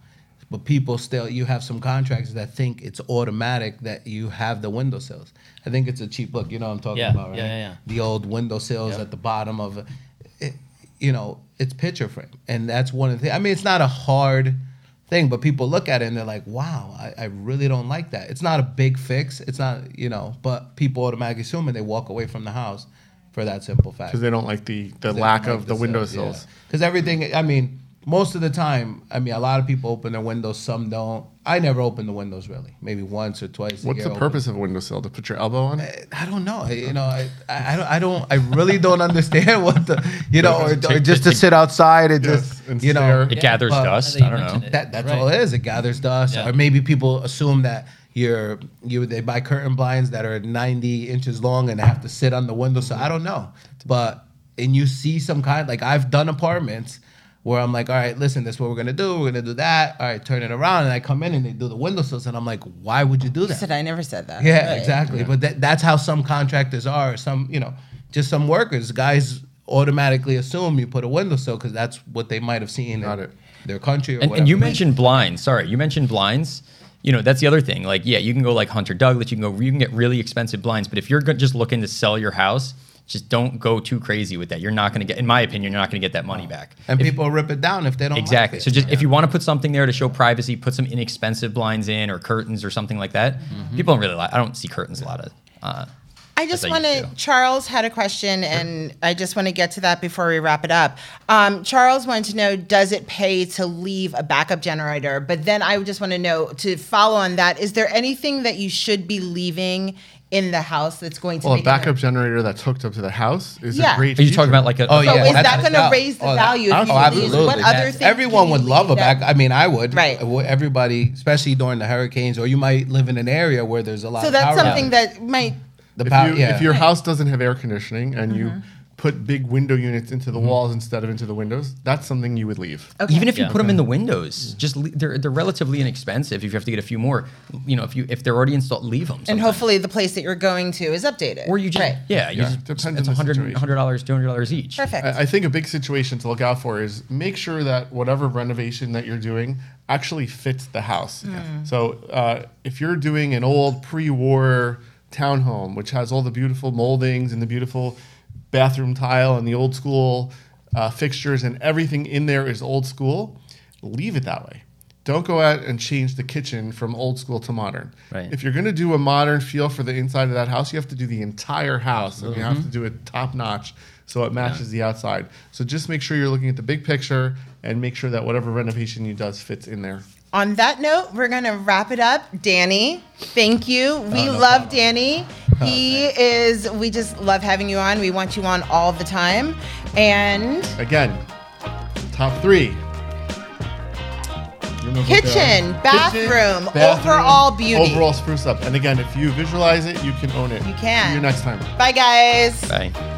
[SPEAKER 1] But people still, you have some contractors that think it's automatic that you have the windowsills. I think it's a cheap look. You know what I'm talking
[SPEAKER 5] Yeah,
[SPEAKER 1] about, right?
[SPEAKER 5] yeah, yeah, yeah.
[SPEAKER 1] The old windowsills at the bottom of, it, you know, it's picture frame, and that's one of the. I mean, it's not a hard thing, but people look at it and they're like, "Wow, I, I really don't like that." It's not a big fix. It's not, you know, but people automatically assume and they walk away from the house for that simple fact
[SPEAKER 4] Because they don't like the, the lack of the windowsills.
[SPEAKER 1] Because everything, I mean, most of the time, I mean, a lot of people open their windows, some don't. I never open the windows really, maybe once or twice. a
[SPEAKER 4] What's
[SPEAKER 1] year
[SPEAKER 4] the purpose of a windowsill? To put your elbow on it?
[SPEAKER 1] I don't know. I- You know, I, I, I don't, I don't, I really don't understand what the, you know, or, or just to sit outside and
[SPEAKER 4] Yes,
[SPEAKER 1] just,
[SPEAKER 4] and
[SPEAKER 1] you know,
[SPEAKER 4] stare.
[SPEAKER 2] It gathers
[SPEAKER 1] well,
[SPEAKER 2] dust.
[SPEAKER 5] now
[SPEAKER 2] I
[SPEAKER 5] that you
[SPEAKER 2] don't know.
[SPEAKER 5] mentioned it,
[SPEAKER 1] that that's
[SPEAKER 5] right.
[SPEAKER 1] all it is. It gathers dust,
[SPEAKER 5] Yeah.
[SPEAKER 1] or maybe people assume that you're you they buy curtain blinds that are 90 inches long and have to sit on the window. So I don't know, but and you see some kind like I've done apartments where I'm like, all right, listen, that's what we're gonna do. We're gonna do that. All right, turn it around, and I come in and they do the windowsills, and I'm like, why would you do
[SPEAKER 3] You
[SPEAKER 1] that?
[SPEAKER 3] said I never said that.
[SPEAKER 1] Yeah,
[SPEAKER 3] Right.
[SPEAKER 1] exactly. But that, that's how some contractors are. Some, you know, just some workers. Guys automatically assume you put a windowsill because that's what they might have seen
[SPEAKER 4] Got
[SPEAKER 1] in
[SPEAKER 4] it.
[SPEAKER 1] their country or
[SPEAKER 2] And,
[SPEAKER 1] whatever.
[SPEAKER 2] and you mentioned blinds. Sorry, you mentioned blinds. You know, that's the other thing. Like, yeah, you can go like Hunter Douglas. You can go. You can get really expensive blinds. But if you're go- just looking to sell your house, just don't go too crazy with that. You're not going to get, in my opinion, you're not going to get that money back.
[SPEAKER 1] Oh. and
[SPEAKER 2] If-
[SPEAKER 1] people rip it down if they don't
[SPEAKER 2] Exactly.
[SPEAKER 1] Like
[SPEAKER 2] So
[SPEAKER 1] it.
[SPEAKER 2] just if you want to put something there to show privacy, put some inexpensive blinds in or curtains or something like that.
[SPEAKER 1] Mm-hmm.
[SPEAKER 2] People don't really like. I don't see curtains a lot of. Uh,
[SPEAKER 3] I just
[SPEAKER 2] That's
[SPEAKER 3] want
[SPEAKER 2] how you
[SPEAKER 3] to.
[SPEAKER 2] feel.
[SPEAKER 3] Charles had a question, and I just want to get to that before we wrap it up. Um, Charles wanted to know: Does it pay to leave a backup generator? But then I just want to know to follow on that: Is there anything that you should be leaving in the house that's going to
[SPEAKER 4] Well, a
[SPEAKER 3] make it-
[SPEAKER 4] backup generator that's hooked up to the house is
[SPEAKER 3] Yeah.
[SPEAKER 4] a great.
[SPEAKER 2] are you talking
[SPEAKER 4] feature.
[SPEAKER 2] about like a?
[SPEAKER 1] Oh,
[SPEAKER 2] a-
[SPEAKER 1] yeah.
[SPEAKER 3] So is that
[SPEAKER 1] that's-
[SPEAKER 3] going to raise the
[SPEAKER 1] oh, that-
[SPEAKER 3] value? if you
[SPEAKER 1] Oh,
[SPEAKER 3] leave?
[SPEAKER 1] absolutely.
[SPEAKER 3] What
[SPEAKER 1] That's-
[SPEAKER 3] other thing
[SPEAKER 1] everyone
[SPEAKER 3] can
[SPEAKER 1] would
[SPEAKER 3] you
[SPEAKER 1] love a
[SPEAKER 3] leave that-
[SPEAKER 1] back. I mean, I would.
[SPEAKER 3] Right.
[SPEAKER 1] I would- Everybody, especially during the hurricanes, or you might live in an area where there's a lot.
[SPEAKER 3] So
[SPEAKER 1] of
[SPEAKER 3] that's
[SPEAKER 1] power
[SPEAKER 3] something
[SPEAKER 1] outage.
[SPEAKER 3] that might.
[SPEAKER 1] the
[SPEAKER 4] If,
[SPEAKER 1] power.
[SPEAKER 4] you,
[SPEAKER 1] yeah.
[SPEAKER 4] if your house doesn't have air conditioning and
[SPEAKER 3] Mm-hmm.
[SPEAKER 4] you put big window units into
[SPEAKER 2] Mm-hmm.
[SPEAKER 4] the walls instead of into the windows, that's something you would leave.
[SPEAKER 2] Even if you
[SPEAKER 5] Yeah.
[SPEAKER 2] put them in the windows, just le- they're they're relatively inexpensive. If you have to get a few more, you know, if you if they're already installed, leave them.
[SPEAKER 3] And hopefully, the place that you're going to is updated.
[SPEAKER 2] or you just
[SPEAKER 3] Right.
[SPEAKER 2] yeah, you
[SPEAKER 4] Yeah.
[SPEAKER 2] just
[SPEAKER 4] Depends
[SPEAKER 2] it's
[SPEAKER 4] on the
[SPEAKER 2] $100,
[SPEAKER 4] situation.
[SPEAKER 2] $100, $200 each.
[SPEAKER 3] Perfect.
[SPEAKER 4] I, I think a big situation to look out for is make sure that whatever renovation that you're doing actually fits the house. So uh, if you're doing an old pre-war townhome, which has all the beautiful moldings and the beautiful bathroom tile and the old school uh, fixtures and everything in there is old school, leave it that way. Don't go out and change the kitchen from old school to modern.
[SPEAKER 2] Right.
[SPEAKER 4] If you're going to do a modern feel for the inside of that house, you have to do the entire house and you have to do it top notch so it matches the outside. So just make sure you're looking at the big picture and make sure that whatever renovation you does fits in there.
[SPEAKER 3] on that note, we're going to wrap it up. Danny, thank
[SPEAKER 4] Oh,
[SPEAKER 3] you. We love Danny. He is, we just love having you on. We want you on all the time. And
[SPEAKER 4] Again, top 3.
[SPEAKER 3] kitchen, bathroom,
[SPEAKER 4] bathroom,
[SPEAKER 3] overall beauty.
[SPEAKER 4] Overall spruce up. And again, if you visualize it, you can own it.
[SPEAKER 3] You can.
[SPEAKER 4] See you next time.
[SPEAKER 3] Bye, guys.
[SPEAKER 2] Bye.